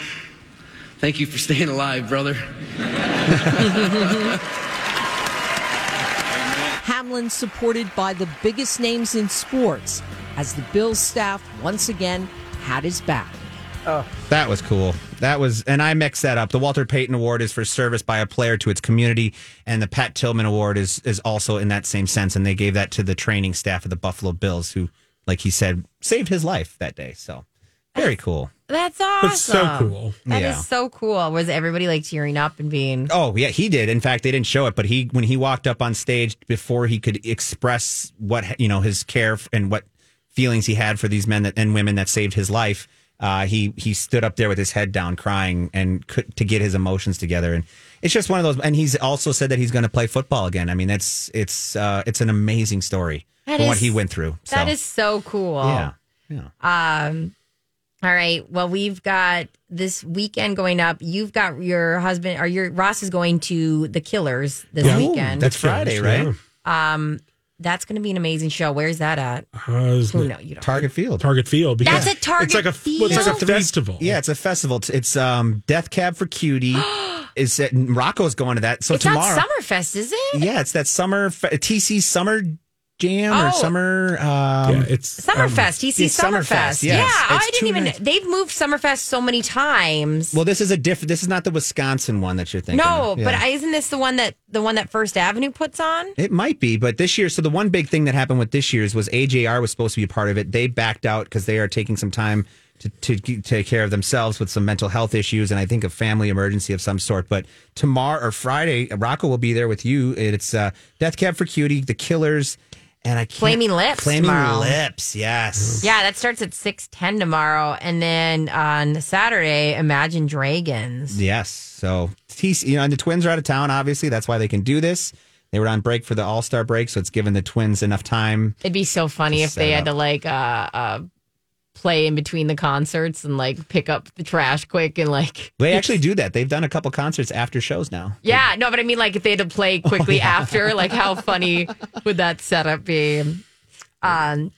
[SPEAKER 9] thank you for staying alive, brother.
[SPEAKER 6] Hamlin supported by the biggest names in sports as the Bills staff once again had his back.
[SPEAKER 1] That was cool. That was, and I mixed that up. The Walter Payton Award is for service by a player to its community, and the Pat Tillman Award is is also in that same sense. And they gave that to the training staff of the Buffalo Bills, who, like he said, saved his life that day. So very cool.
[SPEAKER 2] That's awesome.
[SPEAKER 1] so cool.
[SPEAKER 2] That is
[SPEAKER 1] Yeah.
[SPEAKER 2] so cool. Was everybody like cheering up and being?
[SPEAKER 1] Oh yeah, he did. In fact, they didn't show it, but he when he walked up on stage before he could express what you know his care f- and what feelings he had for these men that, and women that saved his life. Uh, he he stood up there with his head down, crying and could, to get his emotions together. And it's just one of those. And he's also said that he's going to play football again. I mean, that's it's uh, it's an amazing story
[SPEAKER 2] That
[SPEAKER 1] for what
[SPEAKER 2] is-
[SPEAKER 1] he went through. So,
[SPEAKER 2] That is so cool.
[SPEAKER 1] yeah.
[SPEAKER 2] Um, all right. Well, we've got this weekend going up. You've got your husband or your Ross is going to the Killers this
[SPEAKER 1] Yeah.
[SPEAKER 2] weekend.
[SPEAKER 1] That's Friday, right?
[SPEAKER 2] Um, That's going to be an amazing show. Where's that at?
[SPEAKER 3] Uh, isn't
[SPEAKER 2] Who
[SPEAKER 3] it
[SPEAKER 2] know- you don't.
[SPEAKER 1] Target Field.
[SPEAKER 3] Target Field. Because
[SPEAKER 2] That's a Target
[SPEAKER 3] It's like a, well, it's like a
[SPEAKER 2] Field?
[SPEAKER 3] festival.
[SPEAKER 1] Yeah, it's a festival. It's- It's um, Death Cab for Cutie. is at, Rocco's going to that. So
[SPEAKER 2] it's
[SPEAKER 1] tomorrow.
[SPEAKER 2] not Summerfest, is it?
[SPEAKER 1] Yeah, it's that summer fe- TC Summer Jam or
[SPEAKER 2] Oh.
[SPEAKER 1] summer. Um,
[SPEAKER 3] yeah, it's um,
[SPEAKER 2] Summerfest. TC
[SPEAKER 1] it's
[SPEAKER 2] Summerfest. Yeah.
[SPEAKER 1] yes.
[SPEAKER 2] Oh,
[SPEAKER 1] It's
[SPEAKER 2] I didn't
[SPEAKER 1] two
[SPEAKER 2] even.
[SPEAKER 1] nights.
[SPEAKER 2] They've moved Summerfest so many times.
[SPEAKER 1] Well, this is a different. This is not the Wisconsin one that you're thinking.
[SPEAKER 2] no,
[SPEAKER 1] of. Yeah.
[SPEAKER 2] but I, isn't this the one that the one that First Avenue puts on?
[SPEAKER 1] It might be, but this year. So the one big thing that happened with this year's was AJR was supposed to be a part of it. They backed out because they are taking some time to, to g- take care of themselves with some mental health issues and I think a family emergency of some sort. But tomorrow or Friday, Rocco will be there with you. It's uh, Death Cab for Cutie, The Killers, and I can't,
[SPEAKER 2] Flaming Lips
[SPEAKER 1] Flaming
[SPEAKER 2] tomorrow.
[SPEAKER 1] Lips, yes.
[SPEAKER 2] Yeah, that starts at six ten tomorrow, and then on Saturday, Imagine Dragons.
[SPEAKER 1] Yes. So TC, you know, and the Twins are out of town. Obviously, that's why they can do this. They were on break for the All Star break, so it's given the Twins enough time.
[SPEAKER 2] It'd be so funny if
[SPEAKER 1] Set
[SPEAKER 2] they had
[SPEAKER 1] up.
[SPEAKER 2] to like uh, uh, play in between the concerts and like pick up the trash quick and like.
[SPEAKER 1] They actually do that. They've done a couple concerts after shows now.
[SPEAKER 2] Yeah, no, but I mean, like, if they had to play
[SPEAKER 1] Oh,
[SPEAKER 2] quickly after, like, how funny would that setup be? Um,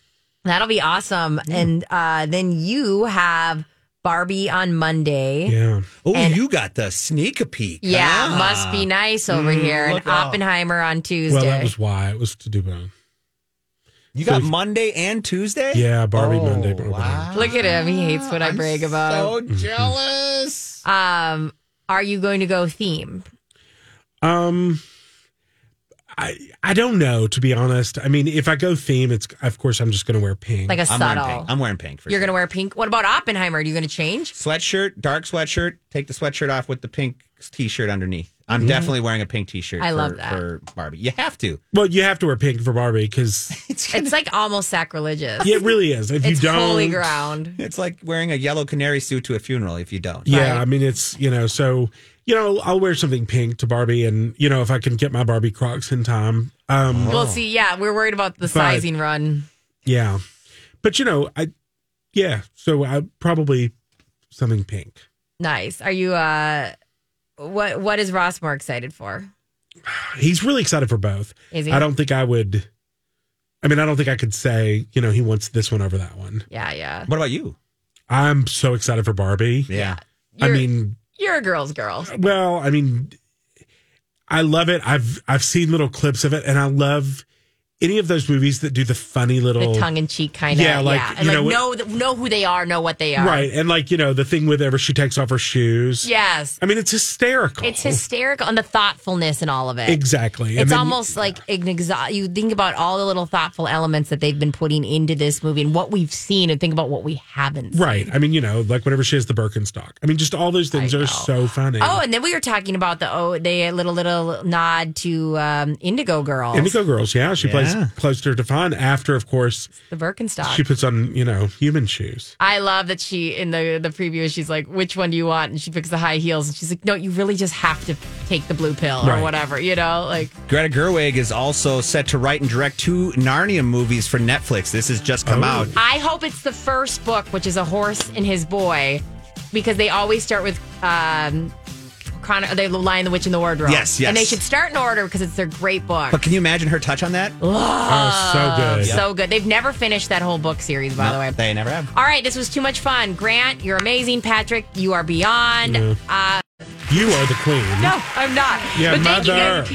[SPEAKER 2] that'll be awesome. And uh, then you have Barbie on Monday.
[SPEAKER 3] Yeah.
[SPEAKER 1] Oh,
[SPEAKER 2] And-
[SPEAKER 1] you got the sneak a peek.
[SPEAKER 2] Yeah,
[SPEAKER 1] huh?
[SPEAKER 2] must be nice over
[SPEAKER 1] Ah. Mm,
[SPEAKER 2] here. And
[SPEAKER 1] look out.
[SPEAKER 2] Oppenheimer on Tuesday.
[SPEAKER 3] Well, that was why. It was to do it.
[SPEAKER 1] You got Monday and Tuesday. Oh,
[SPEAKER 3] Yeah, Barbie Monday, Barbie
[SPEAKER 1] Wow.
[SPEAKER 2] Look at him. He hates when I brag about
[SPEAKER 1] So
[SPEAKER 2] him.
[SPEAKER 1] jealous.
[SPEAKER 2] Um, are you going to go theme?
[SPEAKER 3] Um, I I don't know to be honest. I mean, if I go theme, it's of course I'm just going to wear pink.
[SPEAKER 2] Like a
[SPEAKER 1] I'm wearing
[SPEAKER 2] subtle.
[SPEAKER 1] pink. I'm wearing pink for
[SPEAKER 2] You're
[SPEAKER 1] sure.
[SPEAKER 2] going to wear pink. What about Oppenheimer? Are you going to change?
[SPEAKER 1] sweatshirt, dark sweatshirt. Take the sweatshirt off with the pink t-shirt underneath. I'm definitely wearing a pink t-shirt.
[SPEAKER 2] I
[SPEAKER 1] for,
[SPEAKER 2] love that.
[SPEAKER 1] for Barbie. You have to.
[SPEAKER 3] well, you have to wear pink for Barbie because
[SPEAKER 2] It's like almost sacrilegious.
[SPEAKER 3] it really is. If
[SPEAKER 2] It's
[SPEAKER 3] you don't,
[SPEAKER 2] holy ground.
[SPEAKER 1] It's like wearing a yellow canary suit to a funeral if you don't.
[SPEAKER 3] yeah, I mean it's you know so you know I'll wear something pink to Barbie, and you know if I can get my Barbie Crocs in time. Um,
[SPEAKER 2] We'll see. Yeah, we're worried about the sizing run.
[SPEAKER 3] yeah, but you know I, yeah, so I probably something pink.
[SPEAKER 2] Nice. Are you? uh What What is Ross more excited for?
[SPEAKER 3] He's really excited for both.
[SPEAKER 2] Is he?
[SPEAKER 3] I don't think I would. I mean, I don't think I could say you know he wants this one over that one.
[SPEAKER 2] Yeah, yeah.
[SPEAKER 1] What about you?
[SPEAKER 3] I'm so excited for Barbie.
[SPEAKER 1] Yeah.
[SPEAKER 3] I
[SPEAKER 2] You're-
[SPEAKER 3] mean,
[SPEAKER 2] You're a girl's girl.
[SPEAKER 3] well, I mean, I love it. I've I've seen little clips of it, and I love any of those movies that do the funny little
[SPEAKER 2] The tongue in cheek kind of.
[SPEAKER 3] Yeah,
[SPEAKER 2] Yeah,
[SPEAKER 3] like,
[SPEAKER 2] And
[SPEAKER 3] you
[SPEAKER 2] like
[SPEAKER 3] know what-
[SPEAKER 2] know th- know who they are, know what they are.
[SPEAKER 3] right, and like you know the thing whenever she takes off her shoes.
[SPEAKER 2] Yes.
[SPEAKER 3] I mean it's hysterical.
[SPEAKER 2] It's hysterical and the thoughtfulness and all of it.
[SPEAKER 3] Exactly. I
[SPEAKER 2] It's
[SPEAKER 3] mean,
[SPEAKER 2] almost like an exa- you think about all the little thoughtful elements that they've been putting into this movie and what we've seen, and think about what we haven't. seen.
[SPEAKER 3] right. I mean, you know, like whenever she has the Birkenstock. I mean, just all those things are so funny.
[SPEAKER 2] Oh, and then we were talking about the oh, they little little nod to um, Indigo Girls,
[SPEAKER 3] Indigo Girls, yeah, she
[SPEAKER 1] Yeah.
[SPEAKER 3] plays closer to fun after, of course,
[SPEAKER 2] the Birkenstock.
[SPEAKER 3] she puts on you know human shoes.
[SPEAKER 2] I love that she in the the preview she's like, which one do you want? And she picks the high heels, and she's like, no, you really just have to take the blue pill
[SPEAKER 3] Right.
[SPEAKER 2] or whatever, you know, like
[SPEAKER 1] Greta Gerwig is also set to write and direct two Narnia movies for Netflix. This has just come out.
[SPEAKER 2] I hope it's the first book, which is a horse and his boy, because they always start with um, Chron- they the Lion, the Witch, and the Wardrobe.
[SPEAKER 1] Yes, yes.
[SPEAKER 2] And they should start in order because it's their great book.
[SPEAKER 1] But can you imagine her touch on that?
[SPEAKER 3] oh, so good.
[SPEAKER 2] Ah, So good. They've never finished that whole book series, by the way.
[SPEAKER 1] They never have.
[SPEAKER 2] All right, this was too much fun. Grant, you're amazing. Patrick, you are beyond. Uh,
[SPEAKER 3] You are the queen.
[SPEAKER 2] no, I'm not.
[SPEAKER 3] Yeah,
[SPEAKER 2] but thank you
[SPEAKER 3] mother.
[SPEAKER 2] guys.